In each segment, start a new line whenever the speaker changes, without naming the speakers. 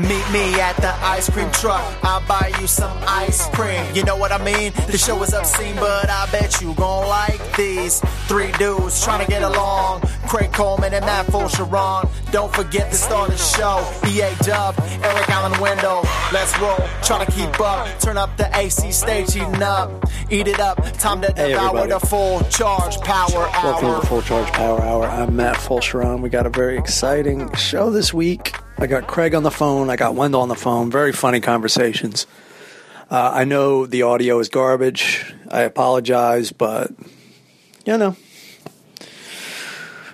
Meet me at the ice cream truck. I'll buy you some ice cream. You know what I mean? The show is obscene, but I bet you gon' like these three dudes trying to get along. Craig Coleman and Matt Fulcheron. Don't forget to start the show. EA Dub, Eric Allen Window. Let's roll. Try to keep up. Turn up the AC stage, eating up. Eat it up. Time to
Hey,
devour
everybody.
the full charge power
Welcome to
hour.
the Full Charge Power Hour. I'm Matt Fulcheron. We got a very exciting show this week. I got Craig on the phone. I got Wendell on the phone. Very funny conversations. Uh, I know the audio is garbage. I apologize, but you know,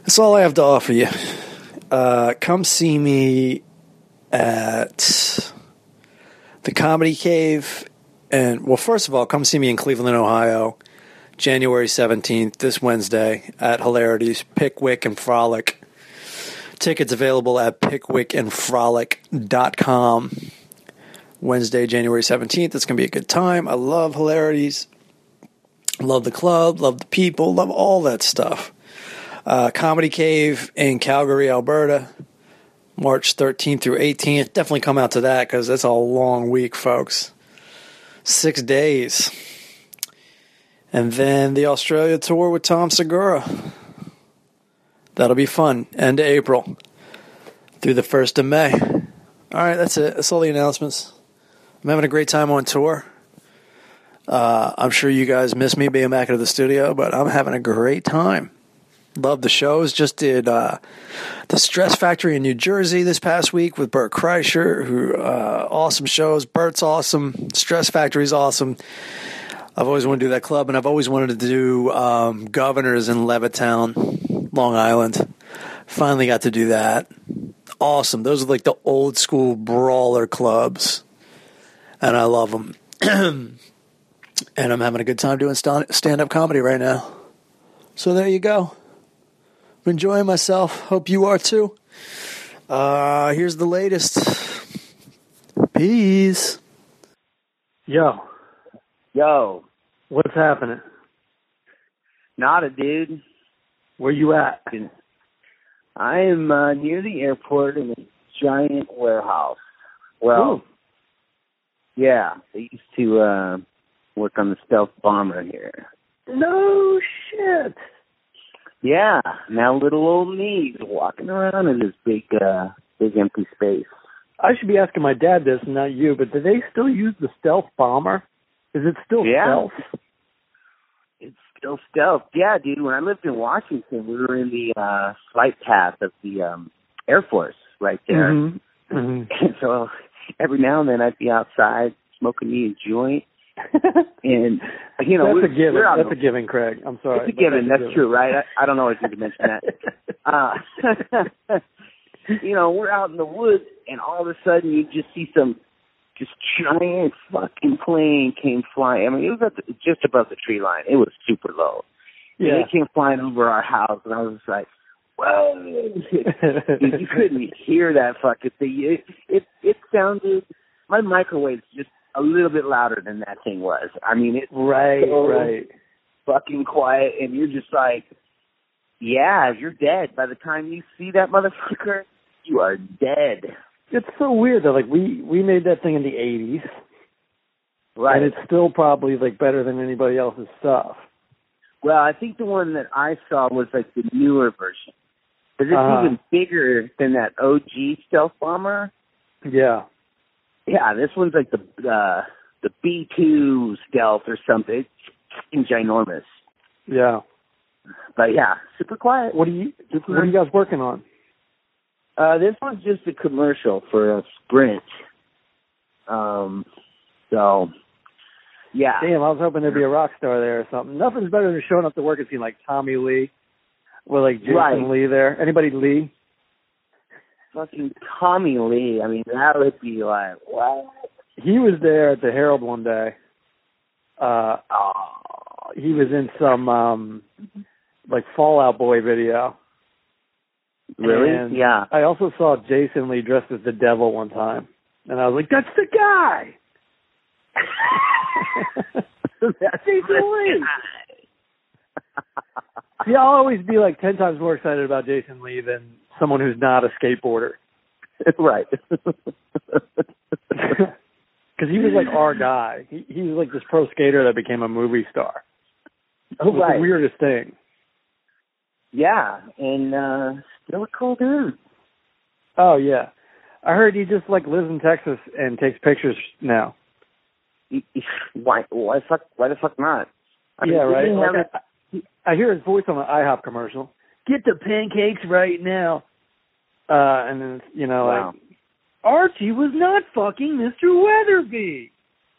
that's all I have to offer you. Uh, come see me at the Comedy Cave. And well, first of all, come see me in Cleveland, Ohio. January 17th, this Wednesday, at Hilarities, Pickwick and Frolic. Tickets available at pickwickandfrolic.com. Wednesday, January 17th. It's going to be a good time. I love Hilarities. Love the club, love the people, love all that stuff. Uh, Comedy Cave in Calgary, Alberta, March 13th through 18th. Definitely come out to that because that's a long week, folks. Six days. And then the Australia tour with Tom Segura. That'll be fun. End of April through the 1st of May. All right, that's it. That's all the announcements. I'm having a great time on tour. Uh, I'm sure you guys miss me being back into the studio, but I'm having a great time. Love the shows. Just did uh, the Stress Factory in New Jersey this past week with Bert Kreischer, who uh, awesome shows. Bert's awesome. Stress Factory's awesome. I've always wanted to do that club, and I've always wanted to do um, Governors in Levittown, Long Island. Finally got to do that. Awesome. Those are like the old school brawler clubs, and I love them. and I'm having a good time doing stand up comedy right now. So there you go. I'm enjoying myself. Hope you are too. Uh, here's the latest. Peace. Yo,
Yo,
what's happening?
not a dude.
Where you at?
I am uh, near the airport in a giant warehouse. Well, yeah, they used to uh, work on the stealth bomber here.
No shit.
Yeah, now little old me's walking around in this big, uh, big empty space.
I should be asking my dad this, not you. But do they still use the stealth bomber? Is it still
Yeah.
stealth?
It's still stealth. Yeah, dude. When I lived in Washington, we were in the uh, flight path of the um, Air Force right there.
Mm-hmm.
Mhm. Mhm.
And so every now and then I'd be outside smoking me a joint. and Mm-hmm. you know,
that's
we're,
a given.
We're out
That's
of,
a given, Craig. I'm sorry.
it's a
but
given. That's,
a
true, right? I, I don't always need to mention that. Uh, you know, we're out in the woods, and all of a sudden you just see some just giant fucking plane came flying. I mean, it was at the, just above the tree line. It was super low.
yeah.
And it came flying over our house, and I was just like, "Whoa!" Dude, you couldn't hear that fucking thing. It, it it sounded my microwave's just a little bit louder than that thing was. I mean, it's
Right,
So-
right.
fucking quiet, and you're just like, yeah, you're dead. By the time you see that motherfucker, you are dead.
It's so weird though. Like we we made that thing in the '80s,
Right.
and it's still probably like better than anybody else's stuff.
well, I think the one that I saw was like the newer version, because it's
Uh-huh.
even bigger than that OG stealth bomber.
Yeah.
Yeah, this one's like the uh, the B two stealth or something. It's fucking ginormous.
Yeah.
But yeah, super quiet.
What do you What are you guys working on?
Uh, this one's just a commercial for a Sprint. Um, so yeah,
Damn, I was hoping there'd be a rock star there or something. Nothing's better than showing up to work and seeing like Tommy Lee or like Jason
Right.
Lee there. Anybody Lee?
fucking Tommy Lee. I mean, that would be like what?
He was there at the Herald one day. Uh,
Oh,
he was in some um like Fallout Boy video.
really?
And
yeah.
I also saw Jason Lee dressed as the devil one time, and I was like, "That's the guy."
That's
Jason Lee. Yeah, I'll always be like ten times more excited about Jason Lee than someone who's not a skateboarder.
right.
Because he was like our guy. He, he was like this pro skater that became a movie star. It
Oh,
was the
right.
weirdest thing.
Yeah, and uh still a cool dude.
Oh yeah, I heard he just like lives in Texas and takes pictures now.
He- he- Why? Why the fuck? Why the fuck not? I mean,
yeah,
we
right.
didn't have
Like, I, I hear his voice on the IHOP commercial. Get the pancakes right now. Uh, and then you know,
Wow.
like Archie was not fucking Mr. Weatherby.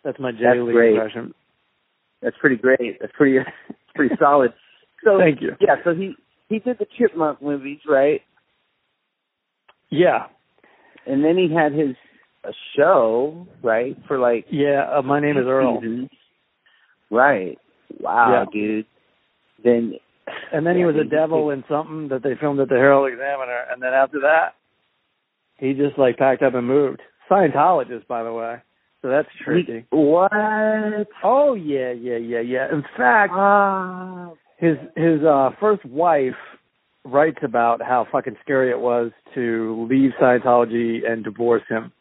That's my Jay
That's
Lee
great.
impression.
That's pretty great. That's pretty pretty solid. So
Thank you.
yeah, so he he did the Chipmunk movies, right?
Yeah,
And then he had his a show, right, for like
yeah. Uh, my name is Earl.
seasons. Right. Wow, dude. Then
And then he
Yeah,
was a devil in something that they filmed at the Herald Examiner. And then after that, he just like packed up and moved. Scientologist, by the way. So that's tricky.
he- what?
Oh yeah, yeah, yeah, yeah. In fact,
Ah,
his his uh first wife writes about how fucking scary it was to leave Scientology and divorce him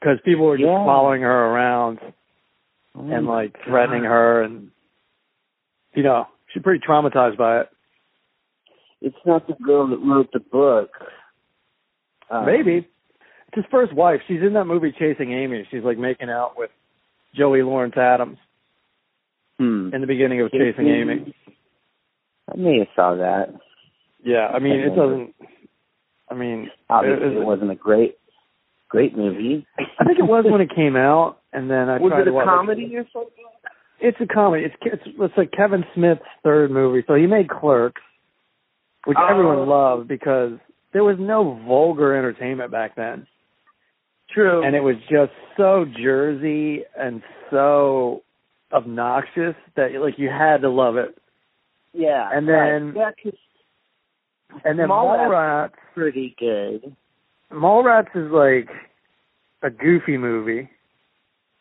because people were just
Yeah.
following her around
oh
and
my
like threatening
God.
her, and you know she's pretty traumatized by it.
It's not the girl that wrote the book. Um,
Maybe it's his first wife. She's in that movie Chasing Amy. She's like making out with Joey Lawrence Adams
Hmm.
in the beginning of Chasing Amy.
I may have saw that.
Yeah, I mean it doesn't. I mean,
Obviously,
it-
it wasn't a great, great movie.
I think it was when it came out, and then I
was
tried
it
to
a
watch
comedy or something?
It's a comedy. It's it's, it's like Kevin Smith's third movie. So he made Clerks, which
Oh.
everyone loved because there was no vulgar entertainment back then,
True.
and it was just so Jersey and so obnoxious that like you had to love it.
yeah.
and then-
right. yeah, 'cause
And then
Mallrats.
Mallrats,
pretty good.
Mallrats is like a goofy movie.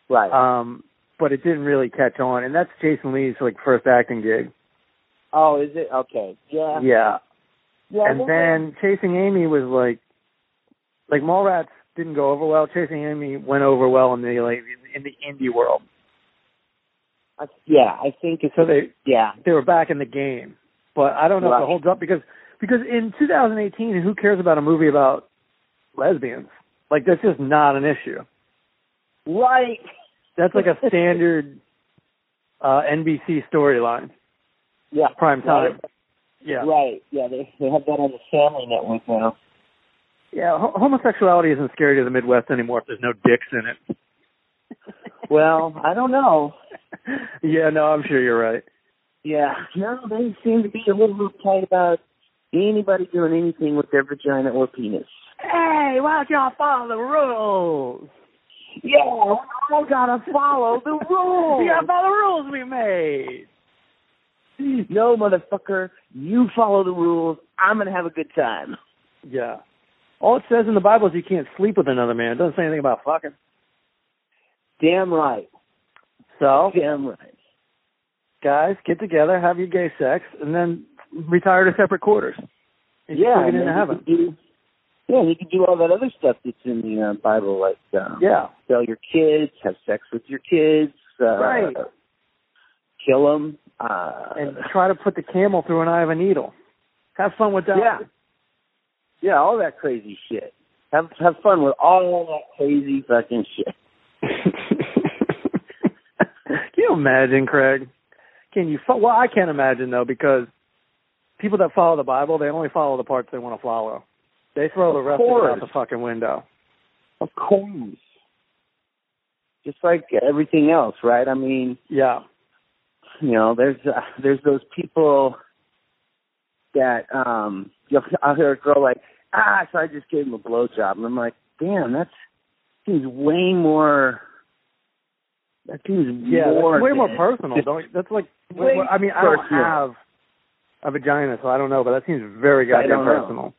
Right.
Um, but it didn't really catch on, and that's Jason Lee's like first acting gig.
oh, is it okay? Yeah.
Yeah,
Yeah. I
and
think
then Chasing Amy was like, like Mallrats didn't go over well. Chasing Amy went over well in the like in the indie world,
I, yeah, I think it's
so they
yeah.
they were back in the game. But I don't know if
Right.
it holds up because because in 2018, who cares about a movie about lesbians? Like that's just not an issue.
Right.
That's like a standard uh NBC storyline,
Yeah.
prime time. Yeah.
Right. Yeah. They they have that on the Family Network now.
Yeah, ho- homosexuality isn't scary to the Midwest anymore if there's no dicks in it.
Well, I don't know.
yeah, no, I'm sure you're right.
Yeah. No, they seem to be a little uptight about anybody doing anything with their vagina or penis.
Hey, why don't y'all follow the rules?
Yeah, we all gotta follow the rules.
You gotta follow the rules we made.
No, motherfucker, you follow the rules. I'm gonna have a good time.
Yeah. All it says in the Bible is you can't sleep with another man. It doesn't say anything about fucking.
Damn right.
So,
Damn right.
guys, get together, have your gay sex, and then retire to separate quarters. And
yeah,
you
and
can
then
into
you
heaven.
could do- yeah, you can do all that other stuff that's in the uh, Bible, like um,
Yeah.
sell your kids, have sex with your kids, uh,
Right.
kill them. Uh,
And try to put the camel through an eye of a needle. Have fun with that.
yeah, yeah, all that crazy shit. Have have fun with all that crazy fucking shit.
Can you imagine, Craig? Can you? Fo- well, I can't imagine though because people that follow the Bible, they only follow the parts they want to follow. They throw the
Of
rest of it out
course.
the fucking window.
Of course. Just like everything else, right? I mean,
Yeah,
you know there's uh, there's those people that um you'll I'll hear a girl like ah so I just gave him a blowjob and I'm like damn that's seems way more that seems
yeah. that's
more
way more
than-
personal. Don't you- that's like.
Way
well, I mean, I don't
personal.
have a vagina, so I don't know, but that seems very
I
goddamn
don't know.
personal.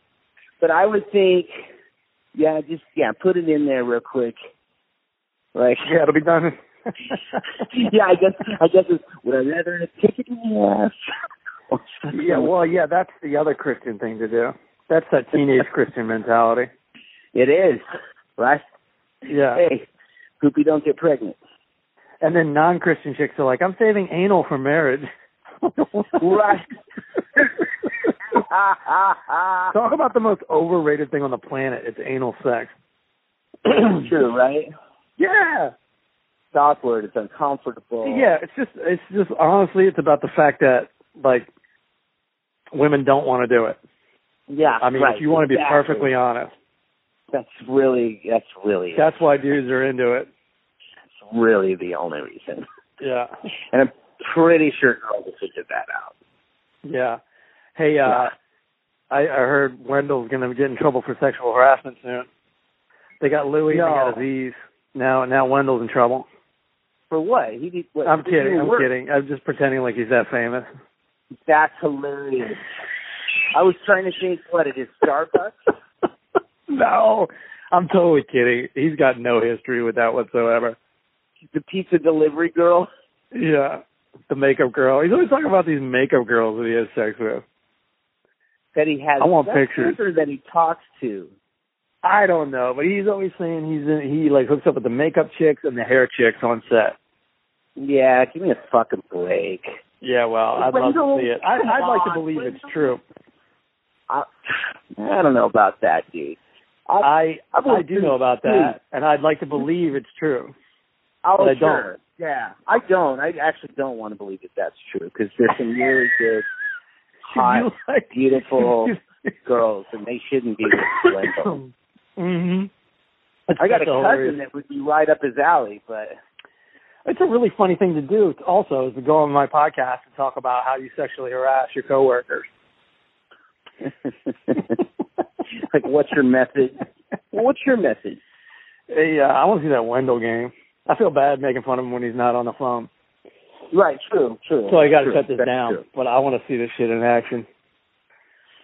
but I would think yeah just yeah put it in there real quick like
Yeah, it'll be done.
yeah I guess I guess it's would I rather kick it in the ass or something
yeah. Well, yeah. That's the other Christian thing to do. That's that teenage Christian mentality.
It is, right?
Yeah.
Hey, poopy don't get pregnant.
And then non Christian chicks are like, I'm saving anal for marriage.
Right. Ha, ha, ha.
Talk about the most overrated thing on the planet. It's anal sex.
True, right?
Yeah.
It's awkward. It's uncomfortable.
Yeah, it's just it's just honestly it's about the fact that like women don't want to do it.
Yeah.
I mean,
right,
if you want to be
exactly.
perfectly honest,
That's really, that's really,
that's why dudes are into it.
that's really the only reason.
Yeah.
And I'm pretty sure girls will figure that out.
Yeah. Hey, uh I, I heard Wendell's gonna get in trouble for sexual harassment soon. They got Louis and
No.
they got Aziz. Now now Wendell's in trouble.
For what? He did, what
I'm
he didn't
kidding, I'm
work.
kidding. I'm just pretending like he's that famous.
That's hilarious. I was trying to think, what, it is Starbucks?
no. I'm totally kidding. He's got no history with that whatsoever.
the pizza delivery girl?
Yeah. The makeup girl. He's always talking about these makeup girls that he has sex with.
That he has
I want
sex with
pictures.
Or that he talks to?
I don't know, but he's always saying he's in, he like hooks up with the makeup chicks and the hair chicks on set.
Yeah, give me a fucking break.
Yeah, well, I'd
Wendell,
love to see it. I,
come
I'd like to
on,
believe
Wendell.
it's true.
I, I don't know about that, dude. I,
I
I
I
believe
do know about
it's
that, and I'd like to believe it's true.
I,
but I don't.
Oh, sure. Yeah, I don't. I actually don't want to believe that that's true because there's some really good, hot,
You like-
beautiful girls, and they shouldn't be with Wendell.
hmm
I got a cousin that would be right up his alley, but
It's a really funny thing to do. Also, is to go on my podcast and talk about how you sexually harass your coworkers.
like, what's your method? Well, what's your method?
Hey, uh, I want to see that Wendell game. I feel bad making fun of him when he's not on the phone.
Right, true, true.
So I got to
true,
cut this
that's
down.
true.
But I want to see this shit in action.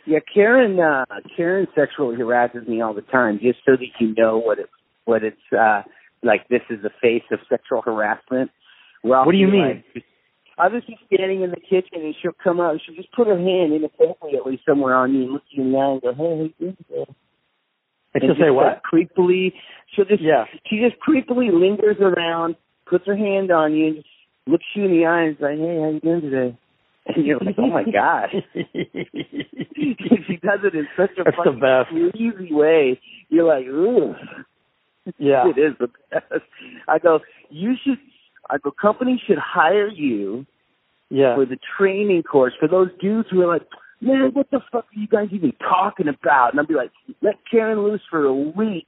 Yeah, Karen. Uh, Karen sexually harasses me all the time, just so that you know what it's what it's uh, like. This is the face of sexual harassment. Where I'll
What do you
be
mean?
Like, just- I'll just be standing in the kitchen, and she'll come out. and She'll just put her hand inappropriately somewhere on you and look you in the eye and go, "Hey, hey, hey, hey."
And
And
she'll say
just,
what?
like, creepily, she'll just
Yeah.
she just creepily lingers around, puts her hand on you, and just looks you in the eye and is like, "Hey, how you doing today?" And you're like, "Oh my god." she does it in such a
That's the
fucking
best.
easy way. You're like, ooh,
Yeah.
it is the best. I go, you should. I go, companies should hire you
Yeah.
for the training course for those dudes who are like, man, what the fuck are you guys even talking about? And I'll be like, let Karen loose for a week.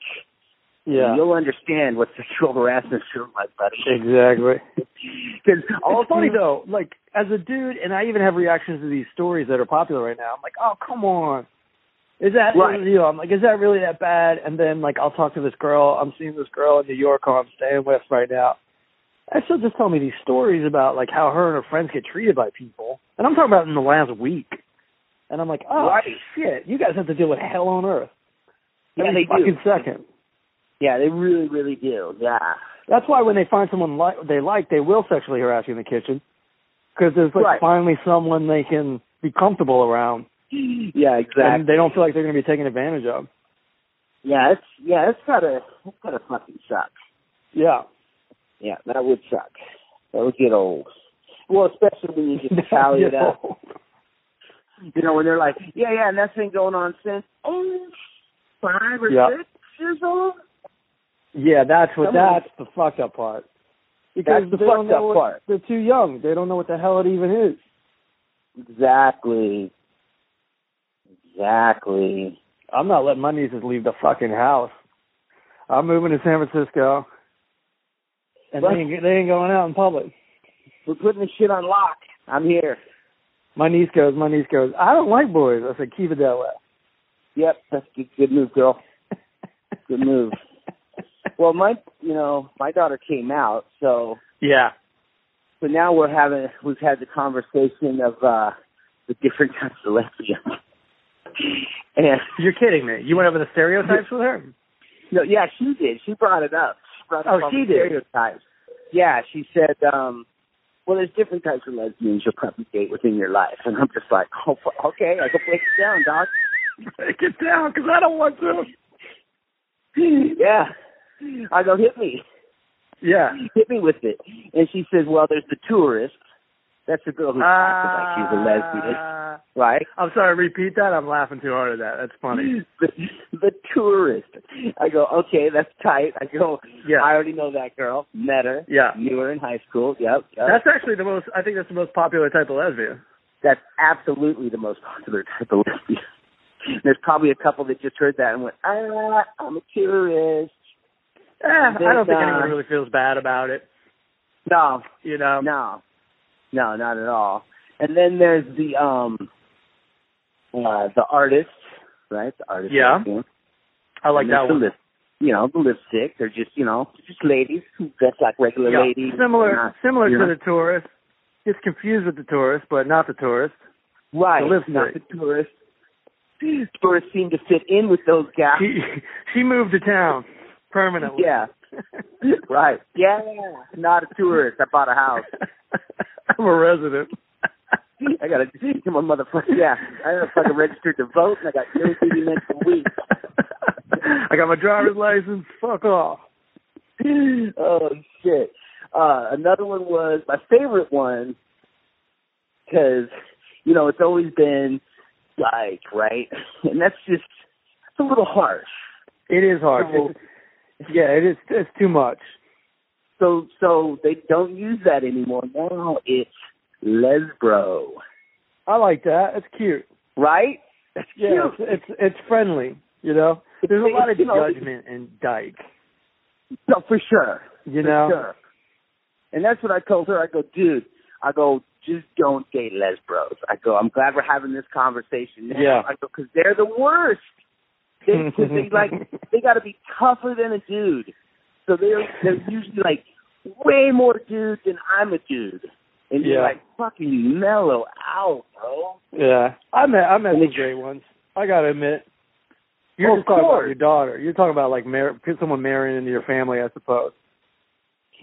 Yeah.
and you'll understand what sexual harassment feels like, buddy.
Exactly.
Because all
All Oh, funny
dudes-
though, like as a dude, and I even have reactions to these stories that are popular right now. I'm like, oh come on, is that
Right.
you know? I'm like, is that really that bad? And then like I'll talk to this girl. I'm seeing this girl in New York who I'm staying with right now. And she'll just tell me these stories about like how her and her friends get treated by people, and I'm talking about in the last week. And I'm like, oh
Right.
shit, you guys have to deal with hell on earth
yeah,
every
they
fucking
do.
second.
Yeah, they really, really do. Yeah,
That's why when they find someone like they like, they will sexually harass you in the kitchen because there's like
Right.
finally someone they can be comfortable around,
yeah, exactly.
and they don't feel like they're going to be taken advantage of.
Yeah, it's yeah, it's gotta it's gotta fucking suck.
Yeah,
Yeah, that would suck. That would get old. Well, especially when you just tally it up. You know, when they're like, Yeah, yeah, and that's been going on since oh five or
Yeah.
six years old.
Yeah, that's what
Some of
that's the fucked up part. Because
That's the
they don't
fucked
know what-
up part.
They're too young. They don't know what the hell it even is.
Exactly. Exactly.
I'm not letting my nieces leave the fucking house. I'm moving to San Francisco, and they
Right.
ain't, they ain't going out in public.
We're putting this shit on lock. I'm here.
My niece goes. My niece goes. I don't like boys. I said, keep it that way.
Yep, that's good, good move, girl. Good move. well, my you know, my daughter came out, so
Yeah.
So now we're having we've had the conversation of uh the different types of lesbians. and
You're kidding me. You went over the stereotypes with her?
no, yeah, she did. She brought it up. She brought
Oh,
up all
she
the
did.
stereotypes. Yeah, she said, um, well there's different types of lesbians you'll probably date within your life and I'm just like, Oh fu- okay, I can break it down, doc.
Break it down, because I don't want to.
yeah. I go, hit me.
Yeah.
Hit me with it. And she says, well, there's the tourist. That's the girl who acted like she's a lesbian,
Ah.
right?
I'm sorry, repeat that. I'm laughing too hard at that. That's funny.
The, the tourist. I go, okay, that's tight. I go,
Yeah.
I already know that girl. Met her.
Yeah.
Knew her in high school. Yep. yep.
That's actually the most, I think that's the most popular type of lesbian.
that's absolutely the most popular type of lesbian. There's probably a couple that just heard that and went, ah, I'm a tourist.
Eh, I don't think
There's, uh,
anyone really feels bad about it.
No,
You know?
no, no, not at all. And then there's the um, uh, the artist, right? The artist.
Yeah.
lesbian.
I like
And there's
that
the
one.
Lip, you know, the lipstick. They're just, you know, just ladies who dress like regular
Yeah.
ladies.
Similar,
Not-
similar
you
to
know.
the tourist. Gets confused with the tourist, but not the tourist.
right,
the lipstick.
not the tourists. Tourists seem to fit in with those guys.
She she moved to town permanently.
Yeah. right. Yeah. Not a tourist. I bought a house.
I'm a resident.
I got a my motherfucker. Yeah. I got fucking registered to vote, and I got jury duty next week.
I got my driver's license. Fuck off.
Oh shit. Uh, another one was my favorite one because you know it's always been like right, and that's just it's a little harsh.
It is hard. It's- yeah, it is. It's too much.
So so they don't use that anymore. Now it's lesbro,
I like that. It's cute.
right? That's
Yeah,
cute.
it's it's, it's friendly. You know, there's a lot of
You know,
judgment and dyke.
No, for sure.
You
For
know,
sure. And that's what I told her. I go, dude, I go, just don't date les bros. I go, I'm glad we're having this conversation now.
Yeah.
I go, because they're the worst. They, cause they like, they got to be tougher than a dude. So they're they're usually like way more dude than I'm a dude. And you're
Yeah.
like fucking mellow out, bro.
Yeah, I met I met
And Oh,
some
it-
gay ones. I gotta admit, you're
Of
just talking about
course.
your daughter. You're talking about like mar- someone marrying into your family, I suppose.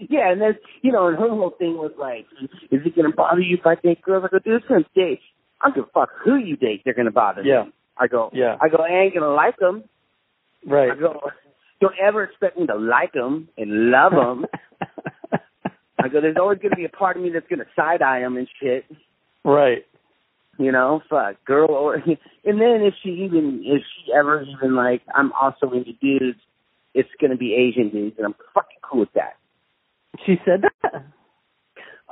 Yeah, and then you know, and her whole thing was like, "Is it gonna bother you if I date girls?" I go, "Dude, it's gonna date. I don't give a fuck who you date. They're gonna bother." me."
Yeah.
I go,
Yeah.
I go, I ain't gonna like them.
Right.
I go, don't ever expect me to like them and love them. I go, there's always gonna be a part of me that's gonna side eye them and shit.
right.
You know, fuck, girl, or and then if she even if she ever even like, I'm also into dudes. It's gonna be Asian dudes, and I'm fucking cool with that.
She said that.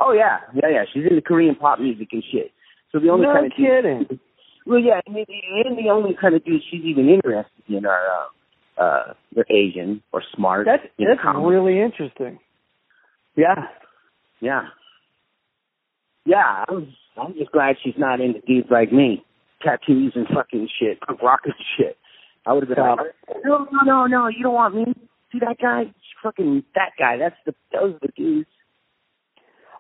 Oh yeah, yeah, yeah. She's into Korean pop music and shit. So the only
no
kind of dudes-
kidding.
well, yeah, and the, and the only kind of dudes she's even interested in are uh, uh, they're Asian or smart.
That's
you
that's
know,
really interesting.
yeah, yeah, yeah. I'm I'm just glad she's not into dudes like me, tattoos and fucking shit, punk rock and shit. I would have been
Stop.
like, no, no, no, no, you don't want me. See that guy? Fucking that guy. That's the those are the dudes.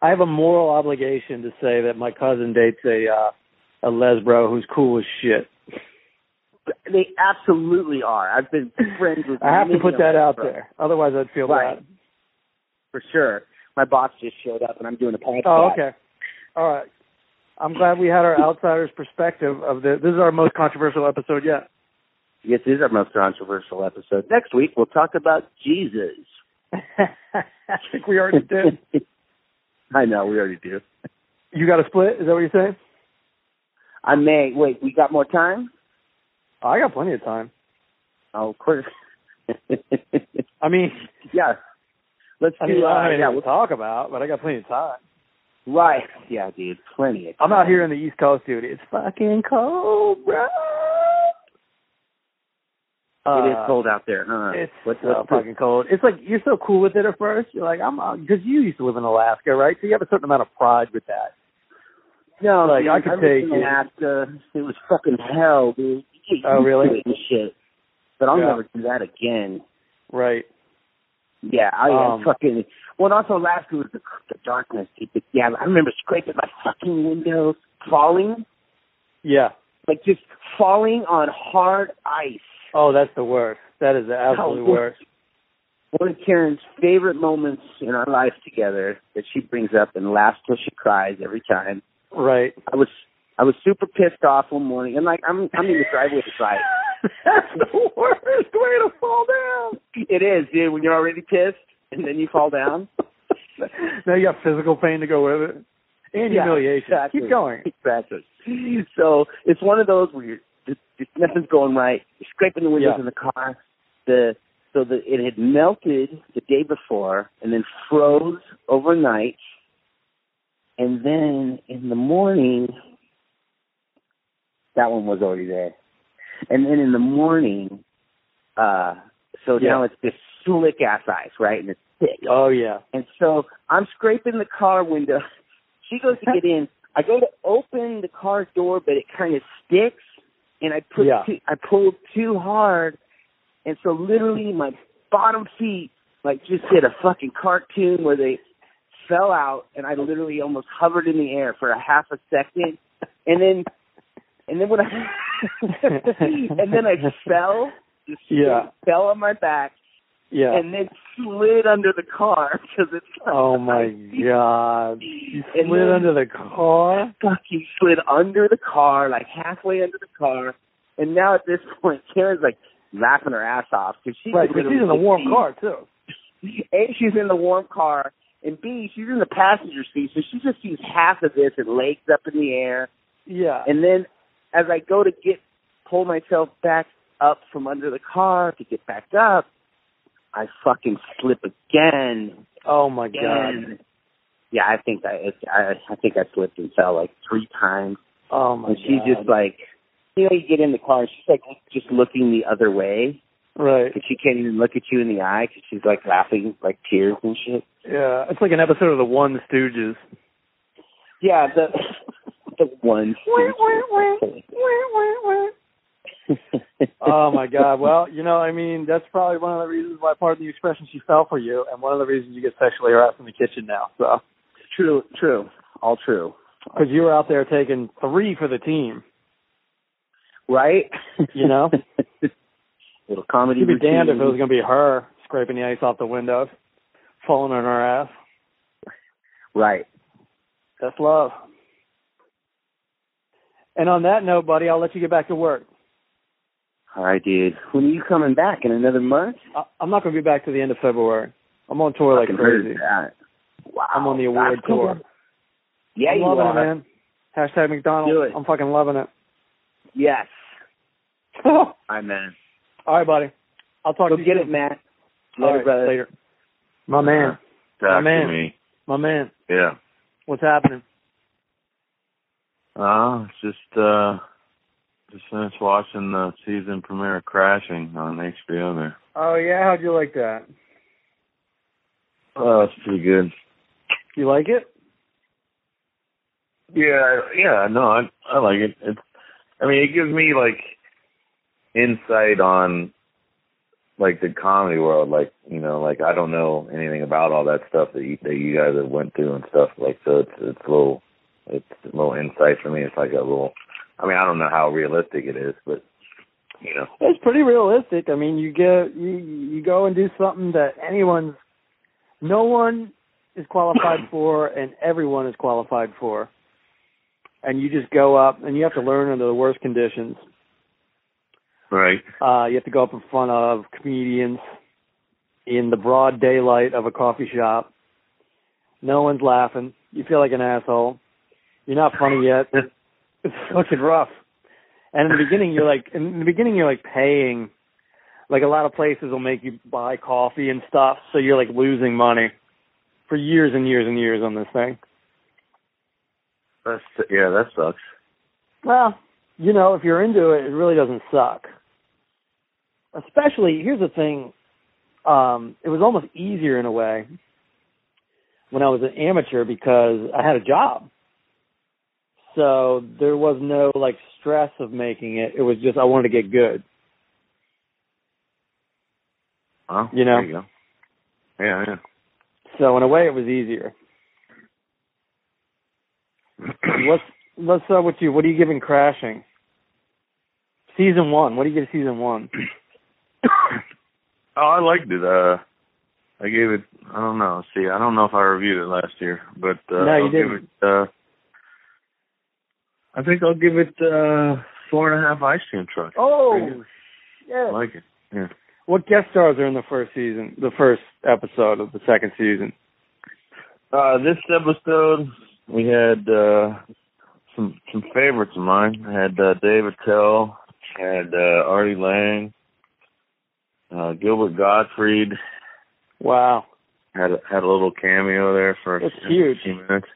I have a moral obligation to say that my cousin dates a uh, a lesbro who's cool as shit.
They absolutely are. I've been friends with.
I have to
many
put
of
that
them,
out
bro.
there, otherwise I'd feel
Right.
bad.
for sure. My boss just showed up, and I'm doing a podcast.
Oh, okay. All right. I'm glad we had our outsider's perspective of the. This is our most controversial episode yet.
Yes, this is our most controversial episode. Next week, we'll talk about Jesus.
I think we already did.
I know we already do.
You got a split? Is that what you're saying?
I may wait. We got more time.
I got plenty of time.
Oh, of course.
I mean,
yeah. Let's do.
I, mean,
uh,
I don't
yeah,
know what to talk about, but I got plenty of time.
we'll- right. Yeah, dude. Plenty. Of time.
I'm out here in the East Coast, dude. It's fucking cold, bro.
It is
Uh,
cold out there, huh?
It's uh,
What-
so
what's the-
fucking cold. It's like you're so cool with it at first. You're like, I'm because you used to live in Alaska, right? So you have a certain amount of pride with that.
No,
Like,
dude,
I could
lived in
take it.
Alaska. uh, It was fucking hell, dude. You get
Oh,
used to
really?
it and shit. But I'll
Yeah.
never do that again.
Right.
Yeah, I I
Um,
fucking. Well, and also Alaska was the, the darkness. It, it- yeah, I remember scraping my fucking windows, falling,
Yeah.
like just falling on hard ice.
Oh, that's the worst. That is the absolute
Oh.
worst.
One of Karen's favorite moments in our life together that she brings up and laughs till she cries every time.
Right.
I was I was super pissed off one morning, and like I'm I'm in the driveway to drive.
That's the worst way to fall down.
It is, dude. When you're already pissed and then you fall down.
now you got physical pain to go with it and
Yeah,
humiliation.
exactly.
Keep going.
Exactly. So it's one of those where you're, just, just nothing's going right. You're scraping the windows
Yeah.
in the car. The so that it had melted the day before and then froze overnight. And then in the morning, that one was already there. And then in the morning, uh, so
Yeah.
now it's this slick ass ice, right? And it's thick.
Oh yeah.
And so I'm scraping the car window. She goes to get in. I go to open the car door, but it kind of sticks, and I put
Yeah.
too, I pulled too hard, and so literally my bottom feet like just did a fucking cartoon where they fell out, and I literally almost hovered in the air for a half a second, and then and then when I and then I fell, just
Yeah.
fell on my back,
Yeah.
and then slid under the car because it's
oh my god. You
And
slid
then-
under the car?
fucking slid under the car, like halfway under the car, and now at this point, Karen's like laughing her ass off because she
Right, because she's in a warm car too.
A, she's in the warm car, and B, she's in the passenger seat, so she just sees half of this and legs up in the air,
Yeah.
and then as I go to get pull myself back up from under the car to get back up, I fucking slip again
oh my god.
And yeah, I think I, it's, I I think I slipped and fell like three times,
Oh my
and she's
god.
just like, you know, you get in the car, and she's like just looking the other way,
Right.
and she can't even look at you in the eye because she's like laughing like tears and shit.
Yeah. It's like an episode of the One Stooges.
Yeah, the the one. Um,
Oh my god. Well, you know, I mean, that's probably one of the reasons why part of the expression she fell for you and one of the reasons you get sexually harassed in the kitchen now. So,
true, true, all true,
cuz you were out there taking 3 for the team.
right?
You know?
little comedy.
You'd be damned if it was
routine.
going to be her scraping the ice off the windows, falling on her ass.
right.
That's love. And on that note, buddy, I'll let you get back to work.
All right, dude. When are you coming back in another month?
I- I'm not going to be back to the end of February. I'm on tour like
Fucking
crazy.
heard that. Wow.
I'm on the award
That's
tour.
cool. Yeah,
I'm
you
loving
are.
it, man. Hashtag McDonald's.
Do it.
I'm fucking loving it.
Yes,
All
I'm in.
right, buddy. I'll talk
Go
to Oh, you.
get
soon.
it, Matt.
All
Later,
right,
brother. Uh-huh.
Later. My man.
Talk to
man.
me.
My man.
Yeah.
What's happening?
Uh, it's just uh just finished watching the season premiere of Crashing on HBO there.
Oh, yeah. How'd you like that?
Oh, it's pretty good.
You like it?
Yeah, yeah, no, I I like it. It's I mean, it gives me like insight on like the comedy world, like you know, like I don't know anything about all that stuff that you, that you guys have went through and stuff. Like so, it's it's a little it's a little insight for me. It's like a little. I mean, I don't know how realistic it is, but you know,
It's pretty realistic. I mean, you get you you go and do something that anyone's no one is qualified for, and everyone is qualified for. And you just go up, and you have to learn under the worst conditions.
right?
Uh, you have to go up in front of comedians in the broad daylight of a coffee shop. No one's laughing. You feel like an asshole. You're not funny yet. it's fucking rough. And in the beginning, you're like, in the beginning, you're like paying. Like a lot of places will make you buy coffee and stuff, so you're like losing money for years and years and years on this thing.
That's yeah, that sucks.
Well, you know, if you're into it, it really doesn't suck. Especially, here's the thing. Um, it was almost easier in a way when I was an amateur because I had a job. So there was no like stress of making it. It was just I wanted to get good.
Well,
You know.
there you go. Yeah,
So in a way, it was easier.
yeah.
Let's let's start with you. What are you giving Crashing? Season one. What do you give season one?
oh, I liked it. Uh, I gave it. I don't know. See, I don't know if I reviewed it last year, but uh,
No, you
I'll give it. Uh, I think I'll give it uh, four and a half ice cream trucks.
Oh
Pretty good. I
shit.
like it. Yeah.
What guest stars are in the first season, the first episode of the second season?
Uh, this episode, we had uh, some some favorites of mine. I had uh, David Tell, I had uh, Artie Lang, uh, Gilbert Gottfried
Wow.
had a, had a little cameo there for
That's
a
huge.
few minutes.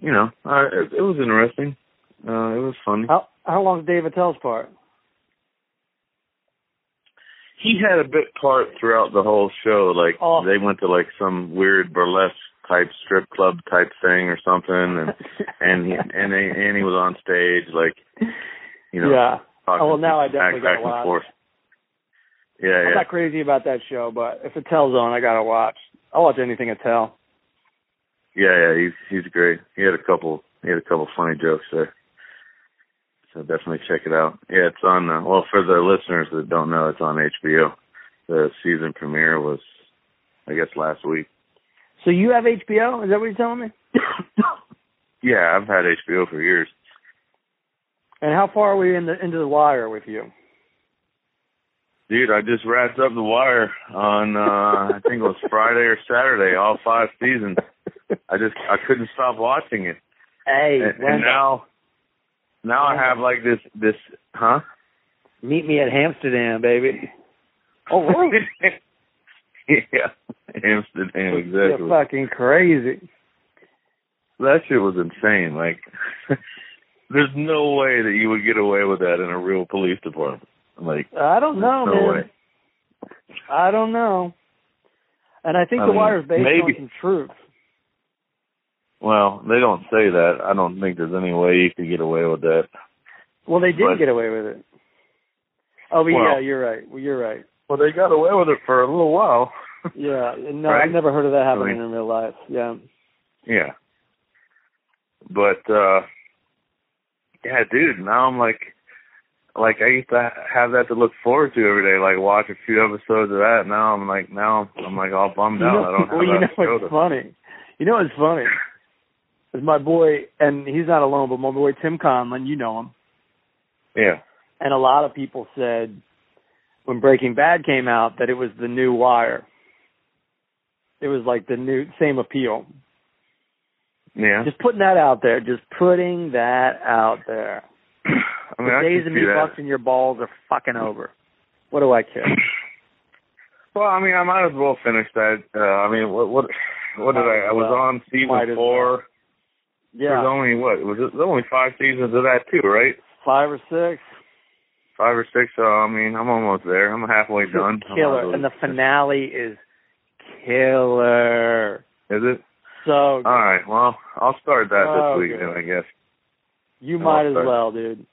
You know, I, it, it was interesting. Uh, it was funny.
How how long's David Tell's part?
He had a bit part throughout the whole show. Like
Oh.
they went to like some weird burlesque type strip club type thing or something, and and he, and he, and he was on stage like you know
yeah.
talking
Oh, well, now I
back,
definitely
back
gotta
and
watch.
forth. Yeah,
I'm
yeah.
not crazy about that show, but if it tells on, I gotta watch. I'll watch anything it tell.
Yeah, yeah, he's he's great. He had a couple he had a couple funny jokes there. So definitely check it out. Yeah, it's on uh, well for the listeners that don't know, it's on HBO. The season premiere was I guess last week.
So you have HBO? Is that what you're telling me?
yeah, I've had HBO for years.
And how far are we in the into the wire with you?
Dude, I just wrapped up the wire on uh I think it was Friday or Saturday, all five seasons. I just I couldn't stop watching it.
Hey,
And, and
Wendell,
now now I have like this this huh?
meet me at Amsterdam, baby. Oh, really?
yeah, Amsterdam, exactly.
You're fucking crazy.
That shit was insane. Like, there's no way that you would get away with that in a real police department. Like,
I don't know,
no
man.
way.
I don't know. And I think
I
the
mean,
wire's based on
maybe-
some truth.
Well, they don't say that. I don't think there's any way you could get away with that.
Well, they did
But-
get away with it. Oh, but
Well-
yeah, you're right. Well, you're right.
Well, they got away with it for a little while.
Yeah, no,
Right?
I've never heard of that happening
mean-
in real life. Yeah.
Yeah. But uh yeah, dude, now I'm like like I used to have that to look forward to every day, like watch a few episodes of that. Now I'm like now I'm like all bummed out. I don't have
well, you know
that
what's
to go to.
funny? You know what's funny? Is my boy, and he's not alone, but my boy Tim Conlon, you know him,
Yeah.
and a lot of people said when Breaking Bad came out that it was the new Wire. It was like the new same appeal.
Yeah.
Just putting that out there. Just putting that out there.
I mean I
the days
could
of
see
me
that.
busting your balls are fucking over. What do I care?
Well, I mean, I might as well finish that. Uh, I mean, what what what did I? I was on
Might
season
as
four. There's
Yeah,
only what was it? There's only five seasons of that too, right?
five or six.
Five or six. So I mean, I'm almost there. I'm halfway
It's
done.
Killer, and the finale is killer.
Is it?
So
All right. Well, I'll start that
Oh,
this week
good.
then, I guess.
you
I'll
might as
start.
well, dude.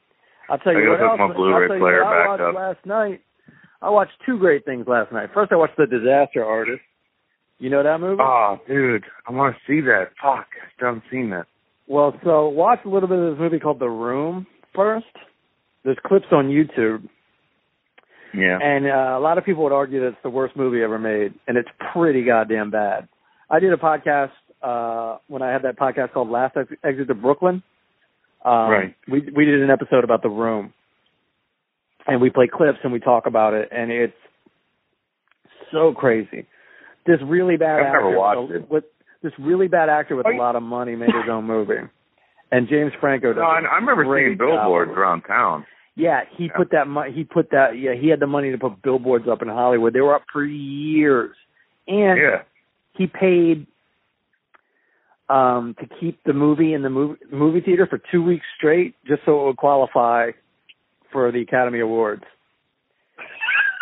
I'll tell
I
you
gotta
what
hook
else.
my
I'll
Blu-ray
tell you
player
what I
back
watched
up.
last night. I watched two great things last night. First, I watched The Disaster Artist. You know that movie?
Oh, dude, I want to see that. Fuck, I still haven't seen that.
Well, so watch a little bit of this movie called The Room first. There's clips on YouTube.
Yeah.
And uh, a lot of people would argue that it's the worst movie ever made, and it's pretty goddamn bad. I did a podcast uh, when I had that podcast called Last Ex- Exit to Brooklyn. Um,
Right.
We we did an episode about the room, and we play clips and we talk about it, and it's so crazy. This really bad
I've
actor
never watched
with, a-
it.
with this really bad actor with
Are
a
you-
lot of money made his own movie, and James Franco. does
no, I,
a
I remember
great
seeing billboards
job.
around town.
Yeah, he
Yeah.
put that money. He put that. Yeah, he had the money to put billboards up in Hollywood. They were up for years, and
Yeah.
he paid um to keep the movie in the movie, movie theater for two weeks straight, just so it would qualify for the Academy Awards.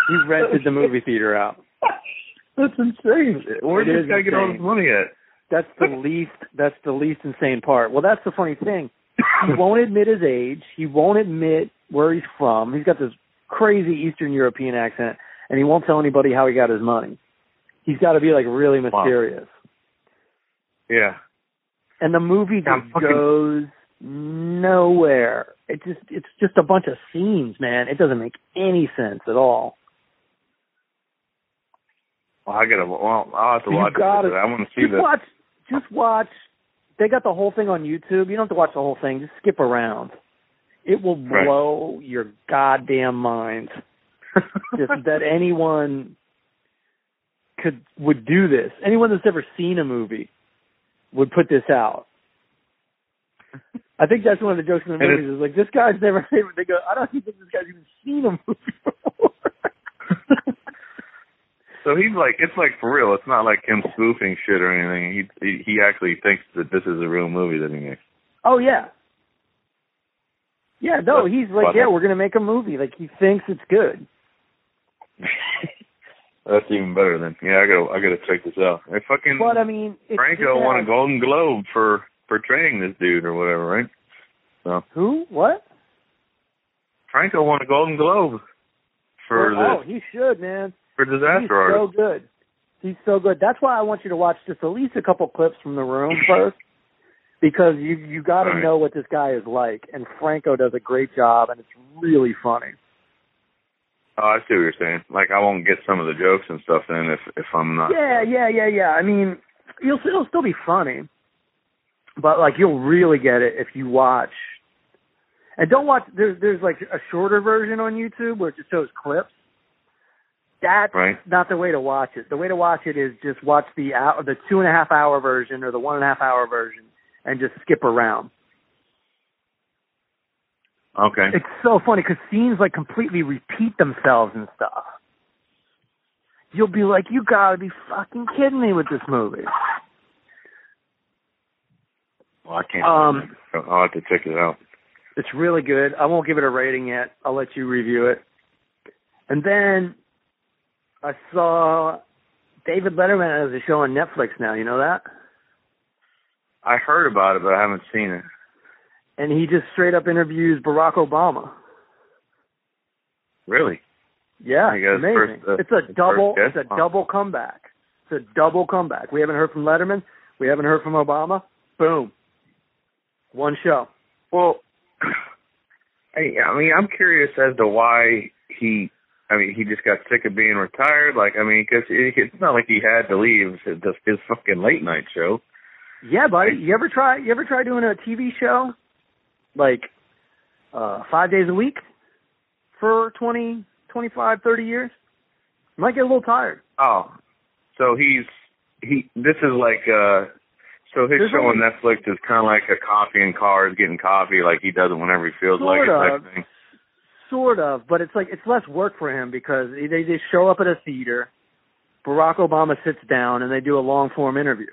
He rented the movie theater out.
That's insane. Where
It
did
is
this guy get all this
insane.
money at?
That's the least. That's the least insane part. Well, that's the funny thing. he won't admit his age. He won't admit where he's from. He's got this crazy Eastern European accent, and he won't tell anybody how he got his money. He's got to be like really
Wow.
mysterious.
yeah.
And the movie
I'm
just
fucking-
goes nowhere. It just it's just a bunch of scenes, man. It doesn't make any sense at all.
Well, I gotta. Well, I'll have to
You
watch
gotta-
it. I want to see
Just
this.
watch. Just watch. They got the whole thing on YouTube. You don't have to watch the whole thing. Just skip around. It will
Right.
blow your goddamn mind just that anyone could would do this. Anyone that's ever seen a movie would put this out. I think that's one of the jokes in the
And it's-
movies is like this guy's never. They go, I don't even think this guy's even seen a movie before.
So he's like, it's like for real. It's not like him spoofing shit or anything. He he, he actually thinks that this is a real movie that he makes.
Oh yeah. Yeah, no,
That's
he's like,
funny.
yeah, we're gonna make a movie. Like he thinks it's good.
That's even better than yeah. I gotta I gotta check this out. I fucking
But I mean, it's
Franco
just
won a
like-
Golden Globe for portraying this dude or whatever, right? So
Who? What?
Franco won a Golden Globe for
oh,
the
he should, man.
for
He's
disaster
so
artist.
good. He's so good. That's why I want you to watch just at least a couple clips from the room first, because you you got to
All right.
know what this guy is like. And Franco does a great job, and it's really funny.
Oh, I see what you're saying. Like I won't get some of the jokes and stuff then if if I'm not.
Yeah, yeah, yeah, yeah. I mean, you'll it'll still be funny, but like you'll really get it if you watch. And don't watch. There's there's like a shorter version on YouTube where it just shows clips. That's
Right.
not the way to watch it. The way to watch it is just watch the hour, the two and a half hour version or the one and a half hour version, and just skip around.
Okay.
It's so funny because scenes like completely repeat themselves and stuff. You'll be like, you gotta be fucking kidding me with this movie.
Well, I can't.
Um,
I'll have to check it out.
It's really good. I won't give it a rating yet. I'll let you review it. And then I saw David Letterman has a show on Netflix now. You know that?
I heard about it, but I haven't seen it.
And he just straight up interviews Barack Obama.
Really?
Yeah,
I guess
it's amazing.
first, uh,
it's a
first
double.
guess?
It's a
Huh.
double comeback. It's a double comeback. We haven't heard from Letterman. We haven't heard from Obama. Boom. One show.
Well, I, I mean, I'm curious as to why he. I mean, he just got sick of being retired. Like, I mean, because it's not like he had to leave his, his fucking late night show.
Yeah, buddy. You ever try? You ever try doing a TV show, like uh five days a week for twenty, twenty-five, thirty years? You might get a little tired.
Oh, so he's he. This is like uh. So his
There's
show on
only-
Netflix is kind of like a coffee and cars, getting coffee. Like he does it whenever he feels like it.
Sort
Type
of.
thing.
Sort of, but it's like it's less work for him because they they just show up at a theater. Barack Obama sits down and they do a long form interview.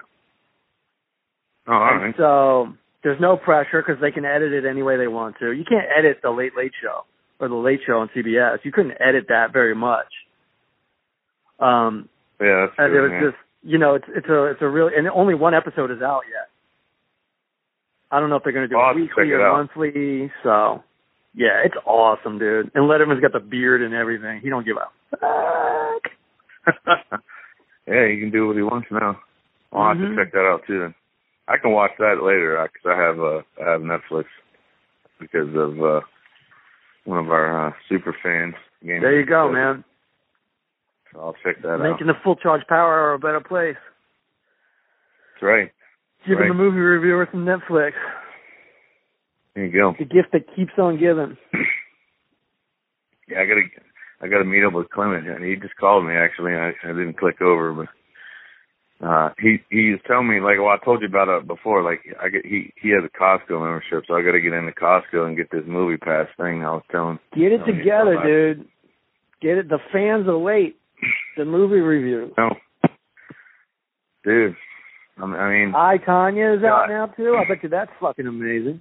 Oh, all
And
right.
so there's no pressure because they can edit it any way they want to. You can't edit the Late Late Show or the Late Show on CBS. You couldn't edit that very much. Um,
Yeah, that's
and
good,
it was
man.
just you know it's it's a it's a really and only one episode is out yet. I don't know if they're going to do
I'll
it
have to
weekly
check it
or
out.
monthly. So yeah, it's awesome, dude. And Letterman's got the beard and everything. He don't give a fuck.
yeah, he can do what he wants now. I'll have
Mhm.
to check that out too. Then I can watch that later because I have uh, I have Netflix because of uh, one of our uh, super fans. Game
There you go, man.
So I'll check that out.
Making the full charge power hour a better place.
That's right.
Giving
Right.
the movie reviewer some Netflix.
There you go.
The gift that keeps on giving.
Yeah, I gotta I gotta meet up with Clement. and He just called me actually. I, I didn't click over, but uh, he he's telling me like, well, I told you about it before. Like, I get he he has a Costco membership, so I gotta get into Costco and get this movie pass thing. I was telling.
Get it
telling you
together,
about.
dude. Get it. The fans are late. The movie review.
No, dude. I mean, I mean,
I Tanya is out
God.
now too. I bet you that's fucking amazing.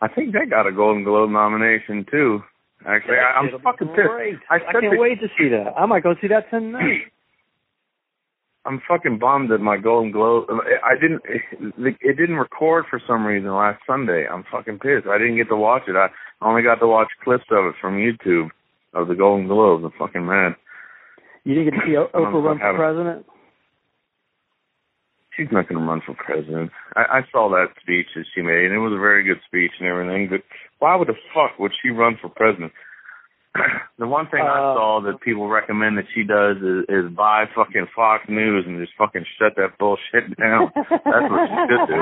I think they got a Golden Globe nomination too. Actually, I, I'm
It'll be
fucking
great.
pissed.
I,
I said
can't
to-
wait to see that. I might go see that tonight.
I'm fucking bummed that my Golden Globe. I didn't. It didn't record for some reason last Sunday. I'm fucking pissed. I didn't get to watch it. I only got to watch clips of it from YouTube of the Golden Globes. I'm fucking mad.
You didn't get to see O-
I'm
Oprah run for
having-
president?
She's not going to run for president. I, I saw that speech that she made, and it was a very good speech and everything. But why would the fuck would she run for president? the one thing I
Uh,
saw that people recommend that she does is, is buy fucking Fox News and just fucking shut that bullshit down. That's what she should do.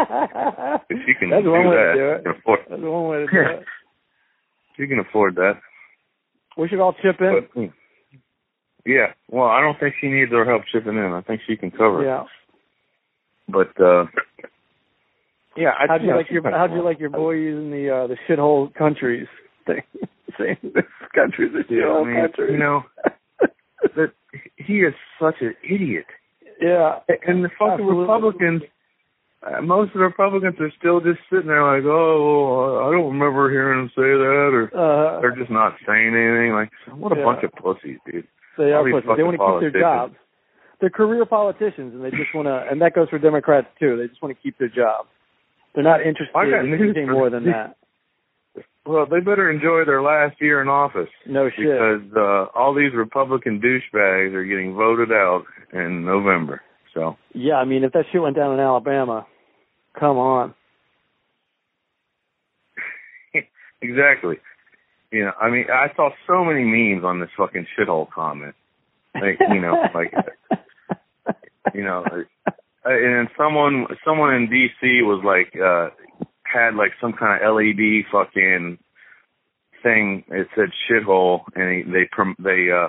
If she can
That's
do
one way to
that,
do
she
it.
can afford,
That's one way to do it.
she can afford that.
We should all chip in.
But, hmm. yeah, well, I don't think she needs our help chipping in. I think she can cover it.
yeah.
But uh, yeah, I
How'd you
yeah,
like
she
your
can-
How'd you like your boy using the uh, the shithole countries thing? Saying this country's a
Yeah, I
shithole
mean,
country.
you know, that he is such an idiot.
yeah.
And the fucking
Absolutely.
Republicans, uh, most of the Republicans are still just sitting there like, oh, well, I don't remember hearing him say that, or
Uh,
they're just not saying anything. Like, what a
Yeah.
bunch of pussies, dude.
they
all
are
these
pussies. They
fucking
want to keep their
politicians.
jobs. They're career politicians, and they just want to. And that goes for Democrats too. They just want to keep their jobs. They're not interested
I got
in
news
anything
for
more than
you.
that.
Well, they better enjoy their last year in office
No shit.
because uh, all these Republican douchebags are getting voted out in November. So,
Yeah, I mean, if that shit went down in Alabama, come on.
exactly. You know, I mean, I saw so many memes on this fucking shithole comment. Like, you know, like you know uh, and someone someone in dc was like uh had like some kind of led fucking thing it said shithole and he, they prom- they uh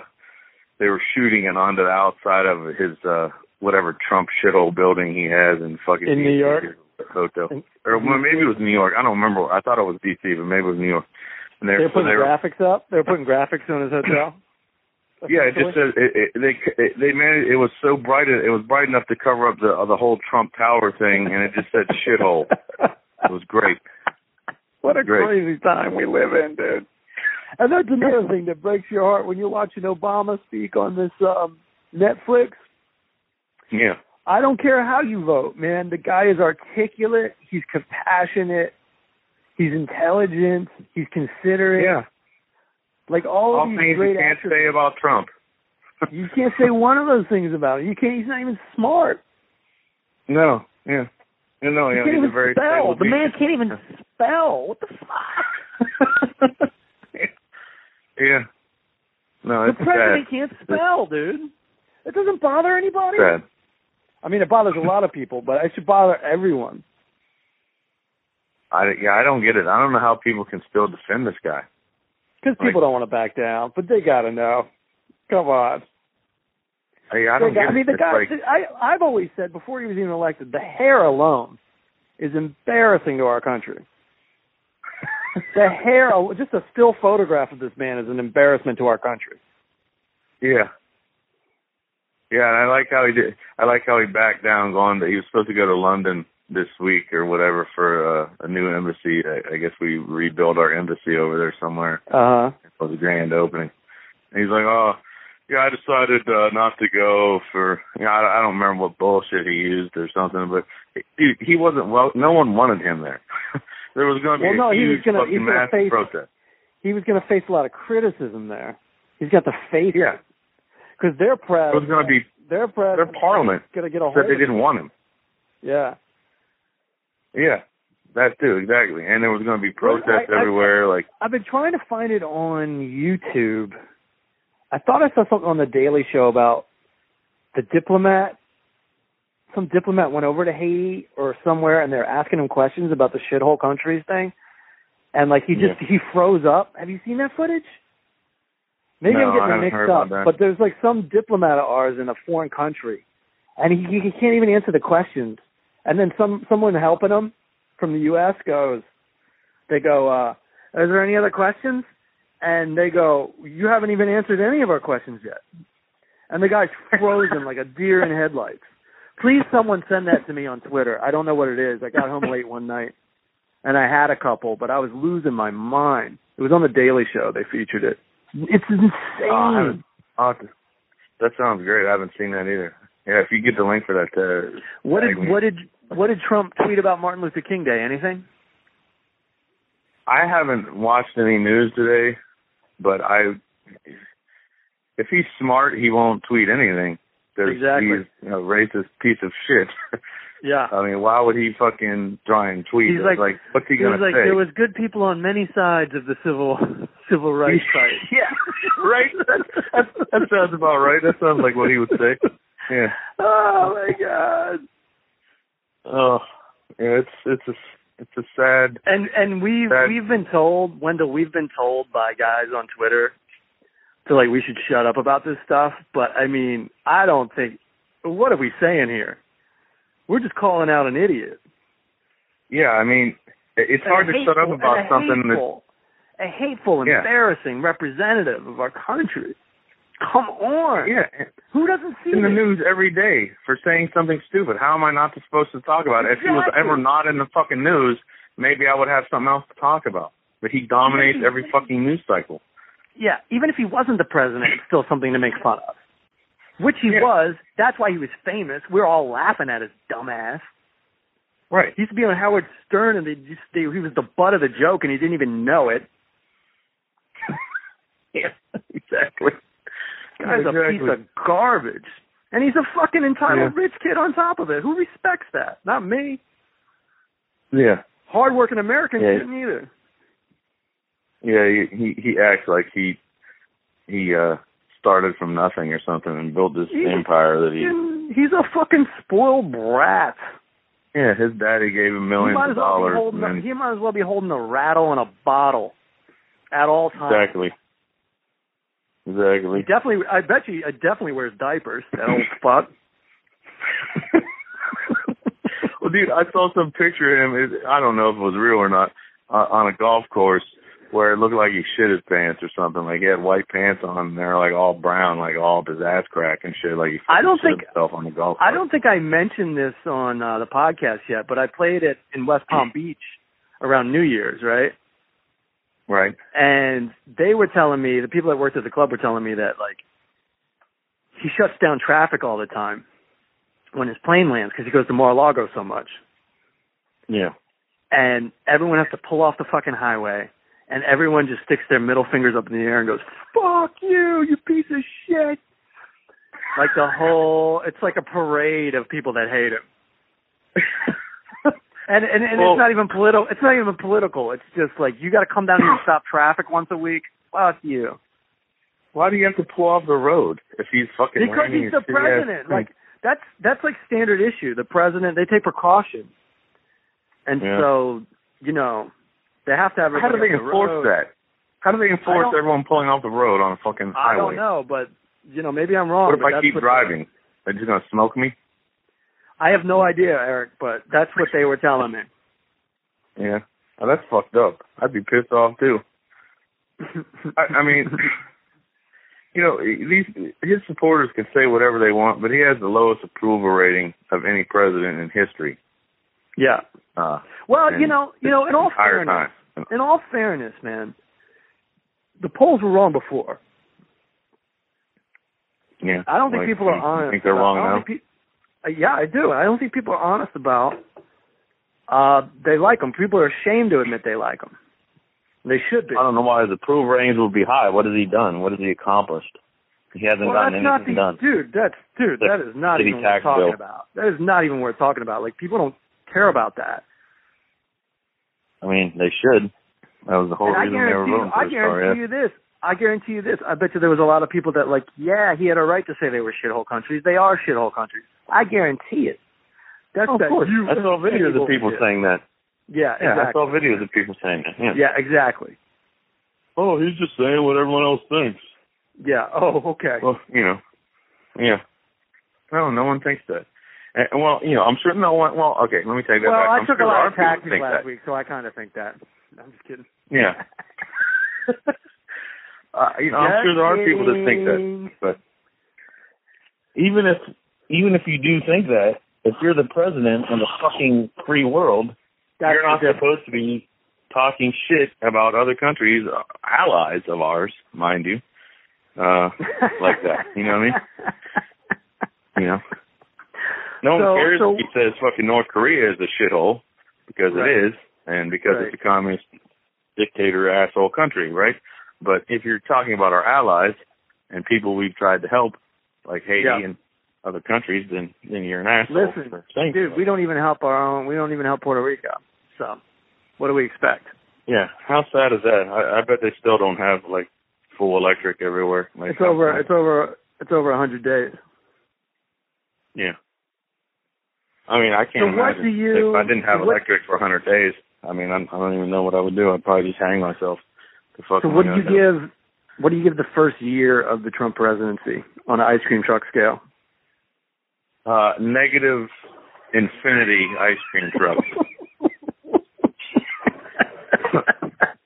they were shooting it onto the outside of his uh whatever trump shithole building he has in fucking
In New
DC,
York?
his hotel or well, maybe it was new york i don't remember i thought it was dc but maybe it was new york and
they're
so
putting
they were
graphics up. They're putting graphics on his hotel.
yeah, it just says it, it, they it, they managed. It was so bright. It was bright enough to cover up the uh, the whole Trump Tower thing, and it just said shithole. It was great.
what a
Great.
crazy time we live in, dude. And that's another thing that breaks your heart when you're watching Obama speak on this um Netflix.
Yeah,
I don't care how you vote, man. The guy is articulate. He's compassionate. He's intelligent. He's considerate. Like all
All
of these
things you
great
can't
attributes.
say about Trump.
You can't say one of those things about him. You can't. He's not even smart.
No. Yeah. No, no,
He
yeah,
can't
he's
even
a very
spell.
stable
The man
dude.
can't even spell. What the fuck?
Yeah. No,
the
it's
president
sad.
can't spell, dude. It doesn't bother anybody.
Sad.
I mean, it bothers a lot of people, but it should bother everyone.
I yeah, I don't get it. I don't know how people can still defend this guy.
Because
Like-
people don't want to back down, but they gotta know. Come on.
I, I
The
don't
guy-
get
I mean,
it.
the
It's
guy.
like-
I I've always said before he was even elected, the hair alone is embarrassing to our country. The hair, al- just a still photograph of this man is an embarrassment to our country.
Yeah. Yeah, and I like how he did. I like how he backed down, going that he was supposed to go to London this week or whatever for uh, a new embassy. I, I guess we rebuild our embassy over there somewhere.
Uh huh.
It was a grand opening. And he's like, oh, yeah, I decided uh, not to go for. You know, I, I don't remember what bullshit he used or something, but dude, he wasn't well. No one wanted him there. there was going to be
Well, no,
a
he was
huge
gonna- he's
fucking
gonna
massive
face-
protest.
He was going to face a lot of criticism there. He's got the face.
Yeah,
Because their press.
It was gonna be-
Their press.
their parliament
Going to get a
said
hold. Of
they
it.
didn't want him.
Yeah.
Yeah, that too, exactly. And there was going to be protests
I- I-
everywhere. like,
I've been trying to find it on YouTube. I thought I saw something on the Daily Show about the diplomat. Some diplomat went over to Haiti or somewhere, and they're asking him questions about the shithole countries thing. And like he just he froze up. Have you seen that footage? Maybe
No,
I'm
I
getting
haven't
it
heard
mixed
about
up,
that.
but there's like some diplomat of ours in a foreign country, and he, he can't even answer the questions. And then some someone helping him from the U.S. goes, they go, uh, is there any other questions? And they go, you haven't even answered any of our questions yet. And the guy's frozen like a deer in headlights. Please someone send that to me on Twitter. I don't know what it is. I got home late one night and I had a couple, but I was losing my mind. It was on the Daily Show. They featured it. It's insane.
oh, I haven't, I'll have to- that sounds great. I haven't seen that either. Yeah, if you get the link for that, uh,
what
tag
did
me.
what did what did Trump tweet about Martin Luther King Day? Anything?
I haven't watched any news today, but I, if he's smart, he won't tweet anything. 'cause
Exactly.
He's a racist piece of shit.
Yeah.
I mean, why would he fucking try and tweet?
He's
it?
like-
what's Uh, he
It was
gonna
like
say?
there was good people on many sides of the civil civil rights fight.
yeah, right? That, that sounds about right. That sounds like what he would say. Yeah.
Oh my god.
Oh, yeah. It's it's a it's a sad.
And and we
Right.
have we've been told, Wendell, we've been told by guys on Twitter to like we should shut up about this stuff. But I mean, I don't think. What are we saying here? We're just calling out an idiot.
Yeah, I mean, it- it's hard to
And a
shut up
hateful- and
about
a
something that
hateful, a hateful,
Yeah.
embarrassing representative of our country. Come on.
yeah, and-
Who doesn't see
in the
this?
news every day for saying something stupid. How am I not supposed to talk about it? If he was
Exactly.
ever not in the fucking news, maybe I would have something else to talk about. But he dominates every fucking news cycle.
Yeah, even if he wasn't the president, it's still something to make fun of. Which he
Yeah.
was. That's why he was famous. We're all laughing at his dumbass.
Right.
He used to be on Howard Stern, and they just they, he was the butt of the joke, and he didn't even know it.
Yeah. Exactly.
Guy's
exactly.
a piece of garbage, and he's a fucking entitled
Yeah.
rich kid on top of it. Who respects that? Not me.
yeah.
Hardworking Americans
Yeah.
shouldn't either.
Yeah, he he- he acts like he he uh started from nothing or something and built this
He-
empire that he
And He's a fucking spoiled brat.
yeah his daddy gave him
He
millions
might, as
of
well be
dollars
holding
and
a,
then,
he might as well be holding a rattle and a bottle at all times.
exactly exactly
He definitely, I bet you, I definitely wears diapers. That old fuck.
well, dude, I saw some picture of him. It, I don't know if it was real or not uh, on a golf course where it looked like he shit his pants or something. Like he had white pants on, and they're like all brown, like all up his ass crack and shit. Like he
I don't
fucking shit
think-
himself on the golf.
I
course.
don't think I mentioned this on uh, the podcast yet, but I played it in West Palm Beach around New Year's, right?
right.
And they were telling me, the people that worked at the club were telling me that like he shuts down traffic all the time when his plane lands because he goes to Mar-a-Lago so much.
Yeah.
and everyone has to pull off the fucking highway and everyone just sticks their middle fingers up in the air and goes fuck you you piece of shit like the whole it's like a parade of people that hate him and and, and
Well-
it's not even political it's not even political it's just like you got to come down here and stop traffic once a week fuck you
Why do you have to pull off the road if he's fucking?
because
landing
he's the
his shitty ass
president.
plane?
Like that's that's like standard issue. The president they take precautions, and
Yeah.
so you know they have to have.
how do
everybody
they
on the
enforce
road.
that? How do they enforce
don't-
everyone pulling off the road on a fucking
I don't
highway?
know, but you know maybe I'm wrong.
What if
but
I
that's
keep
what-
driving? Are they just gonna smoke me?
I have no idea, Eric, but that's what they were telling me.
Yeah. Oh, that's fucked up. I'd be pissed off too. I, I mean, you know, e, these his supporters can say whatever they want, but he has the lowest approval rating of any president in history.
yeah.
Uh,
Well, you
And
know, you know, in all
entire
fairness,
time.
in all fairness, man, the polls were wrong before.
Yeah.
I don't think
Like,
people are
you
honest.
Think they're
about-
wrong
I don't
now?
think pe- uh, yeah, I do. I don't think people are honest about. Uh, they like them. People are ashamed to admit they like them. They should be.
I don't know why his approval ratings would be high. What has he done? What has he accomplished? He hasn't
Well, that's
gotten
not the
anything done.
dude. That's dude.
The
That is not
city
even worth
tax
talking
bill.
about. That is not even worth talking about. Like people don't care about that.
I mean, they should. That was the whole
and I
reason they were
guarantee you,
voting for
I
this
guarantee you this. I guarantee you this. I bet you there was a lot of people that like, yeah, he had a right to say they were shithole countries. They are shithole countries. I guarantee it. That's
Of
that
course,
you-
I saw videos of people
shit.
saying that.
Yeah,
Yeah,
exactly.
I saw videos of people saying that. Yeah.
Yeah, exactly.
Oh, he's just saying what everyone else thinks.
Yeah. Oh, okay.
Well, you know, yeah. No, no one thinks that. And, and, well, you know, I'm sure no one. Well, okay, let me take that
well,
back.
I
I'm
took
sure
a lot
our
of
people
taxes
think
last
that.
week, so I kind of think that. I'm just kidding.
Yeah. uh, you know, I'm sure there are people that think that. But even if even if you do think that, if you're the president of the fucking free world,
That's
you're not
the difference.
supposed to be talking shit about other countries, uh, allies of ours, mind you, uh, like that. You know what I mean? You know, no one
So-
cares
so-
if he says fucking North Korea is a shithole because
Right.
it is, and because
Right.
it's a communist dictator asshole country, right? But if you're talking about our allies and people we've tried to help, like Haiti
Yeah.
and other countries, then then you're an asshole.
Listen,
for saying
Dude,
so.
we don't even help our own. We don't even help Puerto Rico. So, what do we expect?
Yeah, how sad is that? I, I bet they still don't have like full electric everywhere. Like
It's over. It's over. It's over a hundred days.
yeah. I mean, I can't
So what
imagine
do you-
if I didn't have
what-
electric for 100 days. I mean, I'm, I don't even know what I would do. I'd probably just hang myself. To fuck
So what do you give? What do you give the first year of the Trump presidency on an ice cream truck scale?
Uh, negative infinity ice cream truck.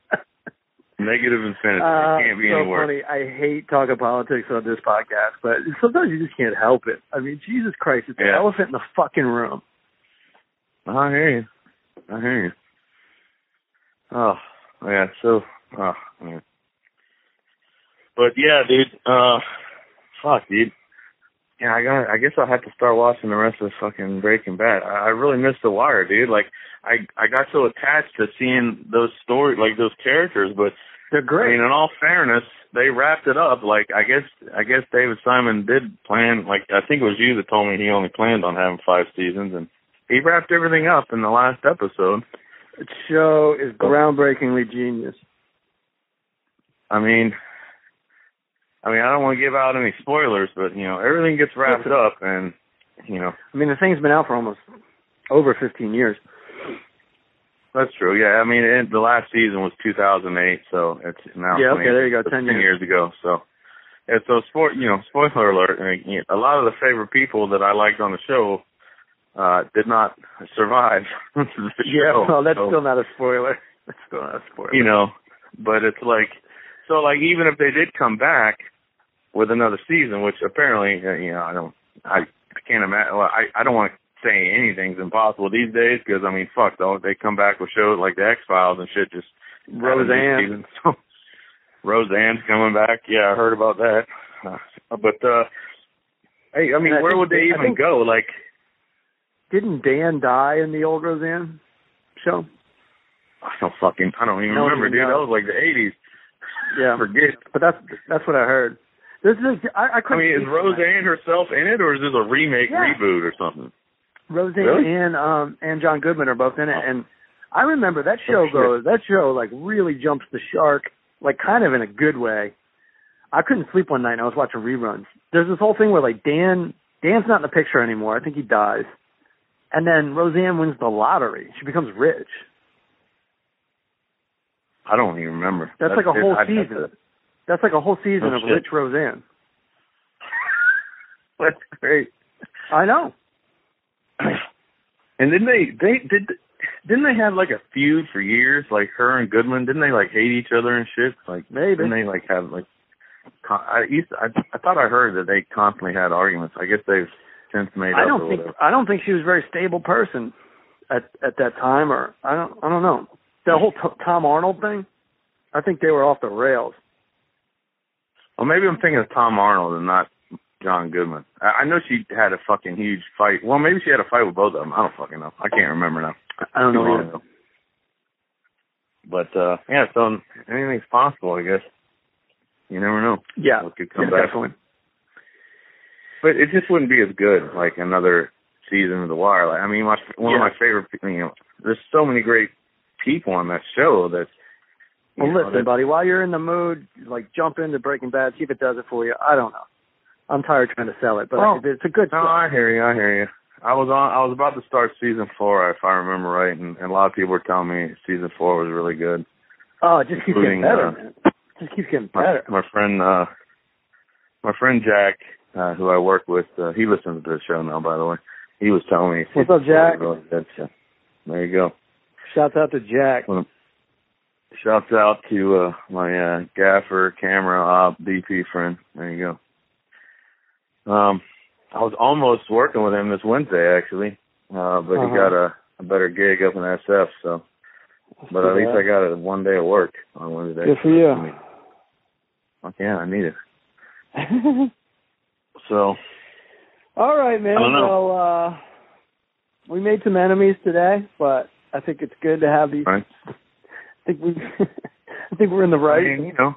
negative infinity.
Uh,
it can't be
so
anywhere.
funny. I hate talking politics on this podcast, but sometimes you just can't help it. I mean, Jesus Christ, it's an
Yeah.
elephant in the fucking room.
I hear you. I hear you. Oh, yeah. So, oh, man. but yeah, dude. Uh, fuck, dude. Yeah, I got. I guess I'll have to start watching the rest of fucking Breaking Bad. I, I really missed The Wire, dude. Like, I I got so attached to seeing those story, like those characters. But
They're
I
great.
mean, in all fairness, they wrapped it up. Like, I guess I guess David Simon did plan. Like, I think it was you that told me he only planned on having five seasons, and he wrapped everything up in the last episode.
The show is
Oh.
groundbreakingly genius.
I mean, I mean, I don't want to give out any spoilers, but you know, everything gets wrapped up, and you know,
I mean, the thing's been out for almost over 15 years.
that's true. Yeah, I mean, and the last season was 2008, so it's now
Yeah, okay,
20
there you go, 10
15
years.
years ago. So, and so, spoil, you know, spoiler alert. I mean, a lot of the favorite people that I liked on the show uh did not survive. the show.
well, that's
So-
still not a spoiler. That's still not a spoiler.
Oh. you know but it's like so like even if they did come back with another season which apparently uh, you know i don't i, I can't imagine well, i i don't want to say anything's impossible these days because i mean fuck though they come back with shows like the x files and shit just
Roseanne.
so roseanne's coming back yeah i heard about that uh, but uh hey i mean
And I
where
think
would
they-
they
I
even
think-
go like
Didn't Dan die in the old Roseanne show?
i don't fucking i don't even
No,
remember
even
dude
know.
that was like the eighties
Yeah,
forget
but that's that's what I heard. This is I, I
I
couldn't.
mean, is
speak-
Roseanne herself in it, or is this a remake,
Yeah.
reboot, or something?
Roseanne
Really?
and um and John Goodman are both in it,
Oh.
and I remember that show
shit.
goes that show like really jumps the shark, like kind of in a good way. I couldn't sleep one night, and I was watching reruns. There's this whole thing where like Dan Dan's not in the picture anymore. I think he dies, and then Roseanne wins the lottery. She becomes rich.
I don't even remember.
That's, like a
it.
whole
I'd have
season.
to-
That's like a whole season
Oh,
of
shit.
rich Roseanne.
That's great.
I know.
And didn't they they did didn't they have like a feud for years? Like her and Goodman, didn't they like hate each other and shit? Like
Maybe.
didn't they like have like? con- I used to, I I thought I heard that they constantly had arguments. I guess they've since made
I
up
don't
or
think
whatever.
I don't think she was a very stable person at at that time, or I don't I don't know the whole T- Tom Arnold thing. I think they were off the rails.
Well, maybe I'm thinking of Tom Arnold and not John Goodman. I, I know she had a fucking huge fight. Well, maybe she had a fight with both of them. I don't fucking know. I can't remember now.
I don't
too
know.
long
Either.
ago. But uh yeah, so anything's possible, I guess. You never know.
Yeah,
What could come
yeah
back.
definitely.
But it just wouldn't be as good like another season of The Wire. Like, I mean, my one of
Yeah.
my favorite. pe- You know, there's so many great people on that show that. you
Well,
know,
listen,
that-
buddy, while you're in the mood, like jump into Breaking Bad, see if it does it for you. I don't know. I'm tired trying to sell it, but
Well,
like, it's a good.
Oh. No,
show.
I hear you. I hear you. I was on. I was about to start season four, if I remember right, and, and a lot of people were telling me season four was really good.
oh, it just keeps getting
including,
better.
uh,
man. Just keeps getting
my,
better.
my friend uh my friend Jack, uh, who I work with, uh, he listens to the show now by the way. He was telling me
What's up, Jack?
Really good, so There you go.
Shouts out to Jack.
Shouts out to uh my uh gaffer, camera op, DP friend. There you go. Um I was almost working with him this Wednesday actually. Uh but
Uh-huh.
he got a, a better gig up in SF, so but at least I got a one day of work on Wednesday.
Good for you.
Fuck yeah, I need it. So
All right, man.
I don't know.
Well, uh, we made some enemies today, but I think it's good to have these.
Right.
I think we, I think we're in the right.
I mean, you know.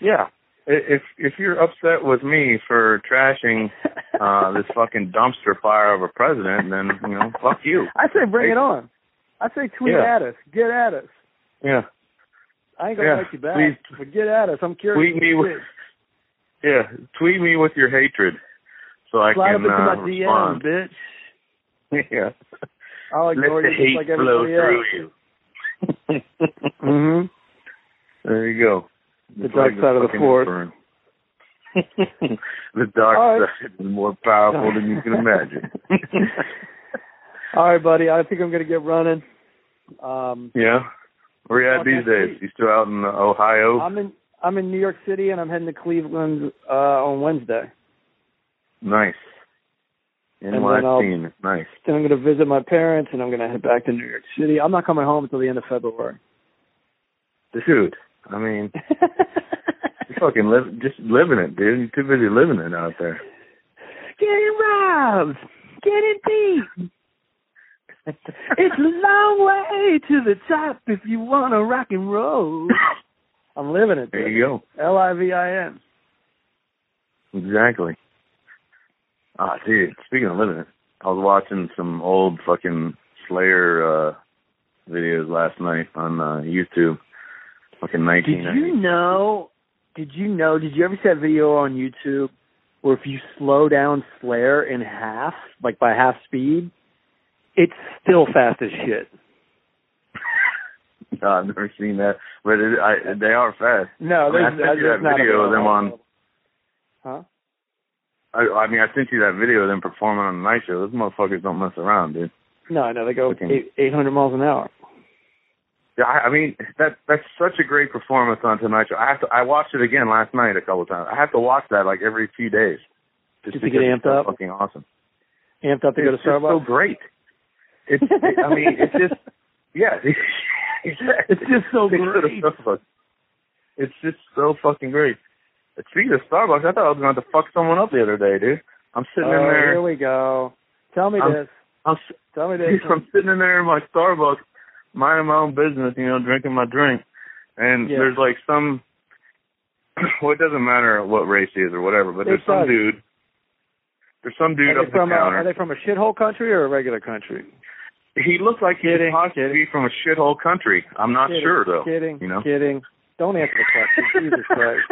Yeah. I- If if you're upset with me for trashing uh this fucking dumpster fire of a president, then you know, fuck you.
I say bring
Hey.
it on. I say tweet
Yeah.
at us, get at us.
Yeah.
I ain't gonna
Yeah,
write you back.
please.
But get at us. I'm curious.
Tweet me with- Yeah, tweet me with your hatred so I
Slide up
can
into my
uh,
DM,
respond.
bitch.
yeah,
I'll
let
ignore
the
you just
hate
like
flow
everybody
through
else.
you.
Mm-hmm.
there you go.
The
It's
dark
like
side of the
fucking
force.
inferno. the dark
All right.
side is more powerful than you can imagine.
All right, buddy. I think I'm gonna get running. Um,
yeah, where you at
Oh, Okay,
these days?
sweet.
You still out in uh, Ohio?
I'm in I'm in New York City and I'm heading to Cleveland uh, on Wednesday.
nice.
then uh, I'll-
NYC, nice.
Then I'm gonna visit my parents and I'm gonna head back to New York City. I'm not coming home until the end of February.
Dude, I mean, you fucking live, just living it, dude. You're too busy living it out there.
Getting robbed. Getting beat. it's a long way to the top if you wanna rock and roll. I'm living it.
There you go.
L I V I N.
Exactly. Ah, dude. Speaking of living, it, I was watching some old fucking Slayer uh videos last night on uh YouTube. Fucking
Did
nineteen
you know? Did you know? Did you ever see that video on YouTube where if you slow down Slayer in half, like by half speed, it's still fast as shit.
No, I've never seen that, but it, I, they are fast.
No,
I
there's,
mean, I sent you
there's
that
not a
video of them on-
Huh?
I, I mean, I sent you that video of them performing on the night show. Those motherfuckers don't mess around, dude.
No, I know they go
Fucking-
eight, 800 miles an hour.
Yeah, I, I mean that that's such a great performance on Tonight Show. I have to. I watched it again last night a couple times. I have to watch that like every few days.
Just to get
because it's
amped
so
up?
Fucking awesome.
Amped up to go to
it's just so
Starbucks.
great. It's, I mean, it's just, yeah. exactly.
It's just so
They go to
great.
Starbucks. It's just so fucking great. Speaking of Starbucks, I thought I was going to fuck someone up the other day, dude. I'm sitting in
Oh,
there.
here we go. Tell me
I'm-
this.
I'm, s-
Tell me this.
dude, I'm sitting in there in my Starbucks, minding my own business, you know, drinking my drink, and
Yeah.
there's like some. Well, it doesn't matter what race he is or whatever, but
It
there's some
does.
dude. There's some dude
Are
up
they,
the
from uh, a,
counter.
are they from a shithole country or a regular country?
He looked like he
Kidding,
could possibly be from a shithole country. I'm not
Kidding,
sure though.
Kidding.
you know?
Kidding. Don't answer the question. Jesus Christ.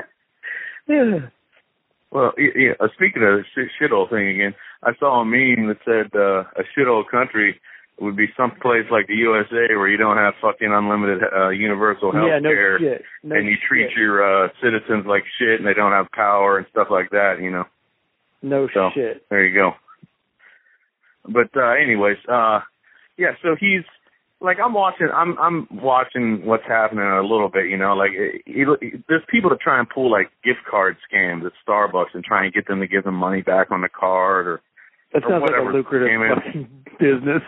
Well, y- yeah. Uh, speaking of the sh- shithole thing again, I saw a meme that said uh, a shithole country would be some place like the USA where you don't have fucking unlimited uh, universal health
yeah, no
care
shit. No
and you treat
shit.
your uh, citizens like shit and they don't have power and stuff like that. You know.
No
So
shit.
there you go. But uh anyways, uh yeah, so he's like I'm watching I'm I'm watching what's happening a little bit, you know, like it, it, there's people that try and pull like gift card scams at Starbucks and try and get them to give them money back on the card or
That
or
sounds like
whatever
a lucrative
came in.
fucking business.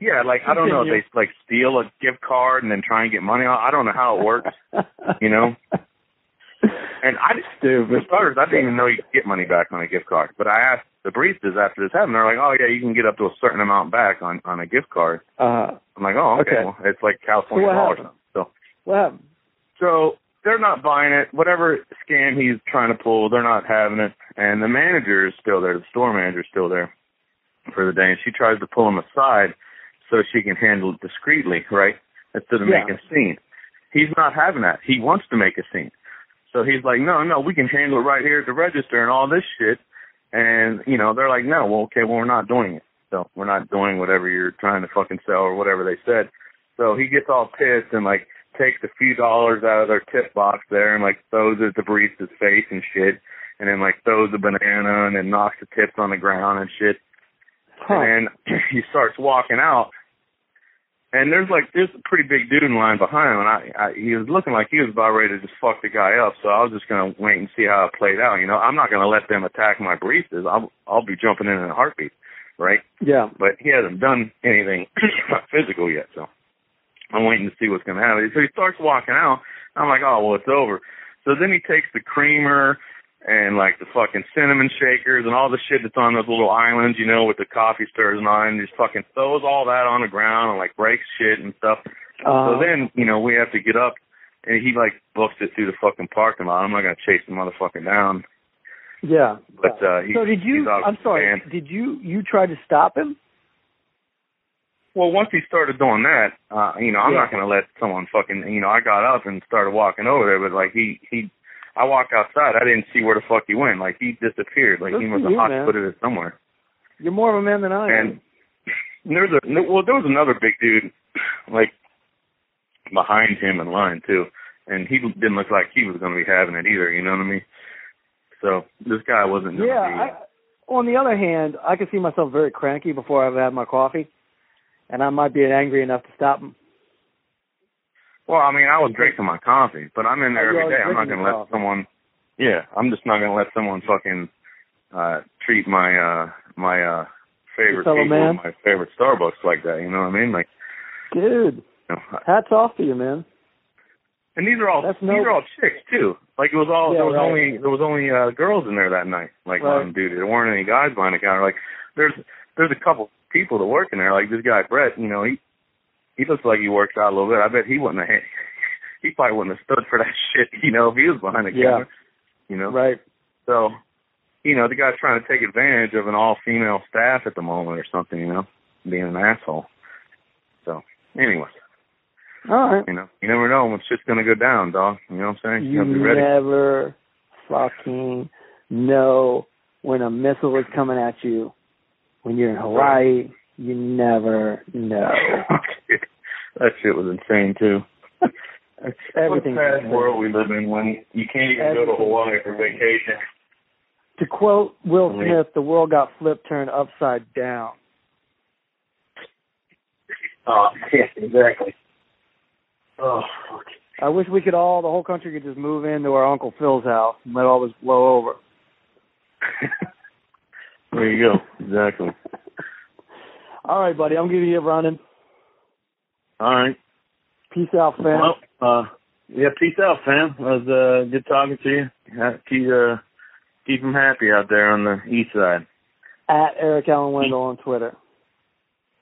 yeah, like I don't know,
Continue.
they like steal a gift card and then try and get money on. I don't know how it works, you know. And I just For
Stupid.
starters, I didn't even know you could get money back on a gift card. But I asked the baristas after this happened. They're like, "Oh yeah, you can get up to a certain amount back on on a gift card."
Uh,
I'm like, "Oh,
Okay.
okay. Well, it's like
So
California
what
law or
happened?
something." So,
what happened?
so they're not buying it. Whatever scam he's trying to pull, they're not having it. And the manager is still there. The store manager is still there for the day, and she tries to pull him aside so she can handle it discreetly, right? Instead of
Yeah.
making a scene. He's not having that. He wants to make a scene. So he's like, no, no, we can handle it right here at the register and all this shit. And, you know, they're like, no, well, okay, well, we're not doing it. So we're not doing whatever you're trying to fucking sell or whatever they said. So he gets all pissed and like takes a few dollars out of their tip box there and like throws it at the barista's face and shit. And then like throws a banana and then knocks the tips on the ground and shit
Huh.
and he starts walking out. And there's like there's a pretty big dude in line behind him, and I, I he was looking like he was about ready to just fuck the guy up. So I was just gonna wait and see how it played out. You know, I'm not gonna let them attack my baristas. I'll I'll be jumping in in a heartbeat, right?
Yeah.
But he hasn't done anything physical yet, so I'm waiting to see what's gonna happen. So he starts walking out. I'm like, oh well, it's over. So then he takes the creamer and like the fucking cinnamon shakers and all the shit that's on those little islands, you know, with the coffee stirs and all, and just fucking throws all that on the ground and like breaks shit and stuff.
Uh,
So then, you know, we have to get up, and he like books it through the fucking parking lot. I'm not gonna chase the motherfucker down,
yeah.
but uh, he,
so did you?
he's out of
I'm sorry.
hand.
Did you? You tried to stop him?
Well, once he started doing that, uh, you know, I'm
Yeah.
not gonna let someone fucking, you know, I got up and started walking over there, but like he, he, I walked outside, I didn't see where the fuck he went. Like he disappeared. Like
Good
he must
for
have
you,
hot
man.
footed it somewhere.
You're more of a man than I am.
And there's a no- well, there was another big dude, like behind him in line too, and he didn't look like he was gonna be having it either. You know what I mean? So this guy wasn't. Gonna
yeah.
be,
I, on the other hand, I can see myself very cranky before I've had my coffee, and I might be angry enough to stop him.
Well, I mean, I was drinking my coffee, but I'm in there
Oh, you always
every day. I'm not
drinking
gonna
your
let
coffee.
someone. Yeah, I'm just not gonna let someone fucking uh treat my uh my uh favorite
fellow
people,
man?
my favorite Starbucks like that. You know what I mean? Like,
Dude,
you know,
hats off to you, man.
and these are all
That's
these
no-
are all chicks too. Like it was all
Yeah,
there was
right.
only there was only uh girls in there that night. Like
Right.
on duty, there weren't any guys behind the counter. Like there's there's a couple people that work in there. Like this guy Brett, you know he he looks like he works out a little bit. I bet he wouldn't have he probably wouldn't have stood for that shit. You know if he was behind the
Yeah.
counter. You know
Right.
so you know the guy's trying to take advantage of an all female staff at the moment or something. You know being an asshole. So anyway.
All right.
You know, you never know when shit's gonna go down, dog. You know what I'm saying? You
You
gotta be ready.
never fucking know when a missile is coming at you. When you're in Hawaii, you never know.
that shit was insane too.
Everything's
what a sad
insane.
world we live in when you can't even go to
Everything's
Hawaii for vacation.
To quote Will
I mean-
Smith, the world got flipped, turned upside down.
Oh, yeah, exactly. Oh, fuck.
I wish we could all, the whole country could just move into our Uncle Phil's house and let all this blow over.
there you go. Exactly.
All right, buddy, I'm giving you a running.
All right.
Peace out, fam.
Well, uh, yeah, peace out, fam. It was uh, good talking to you. Ha- Keep, uh, keep 'em happy out there on the east side.
At Eric Allen Wendell on Twitter.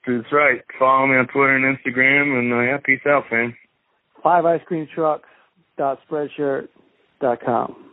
That's right. Follow me on Twitter and Instagram, and uh, yeah, peace out, fam.
Five ice cream trucks dot spreadshirt dot com.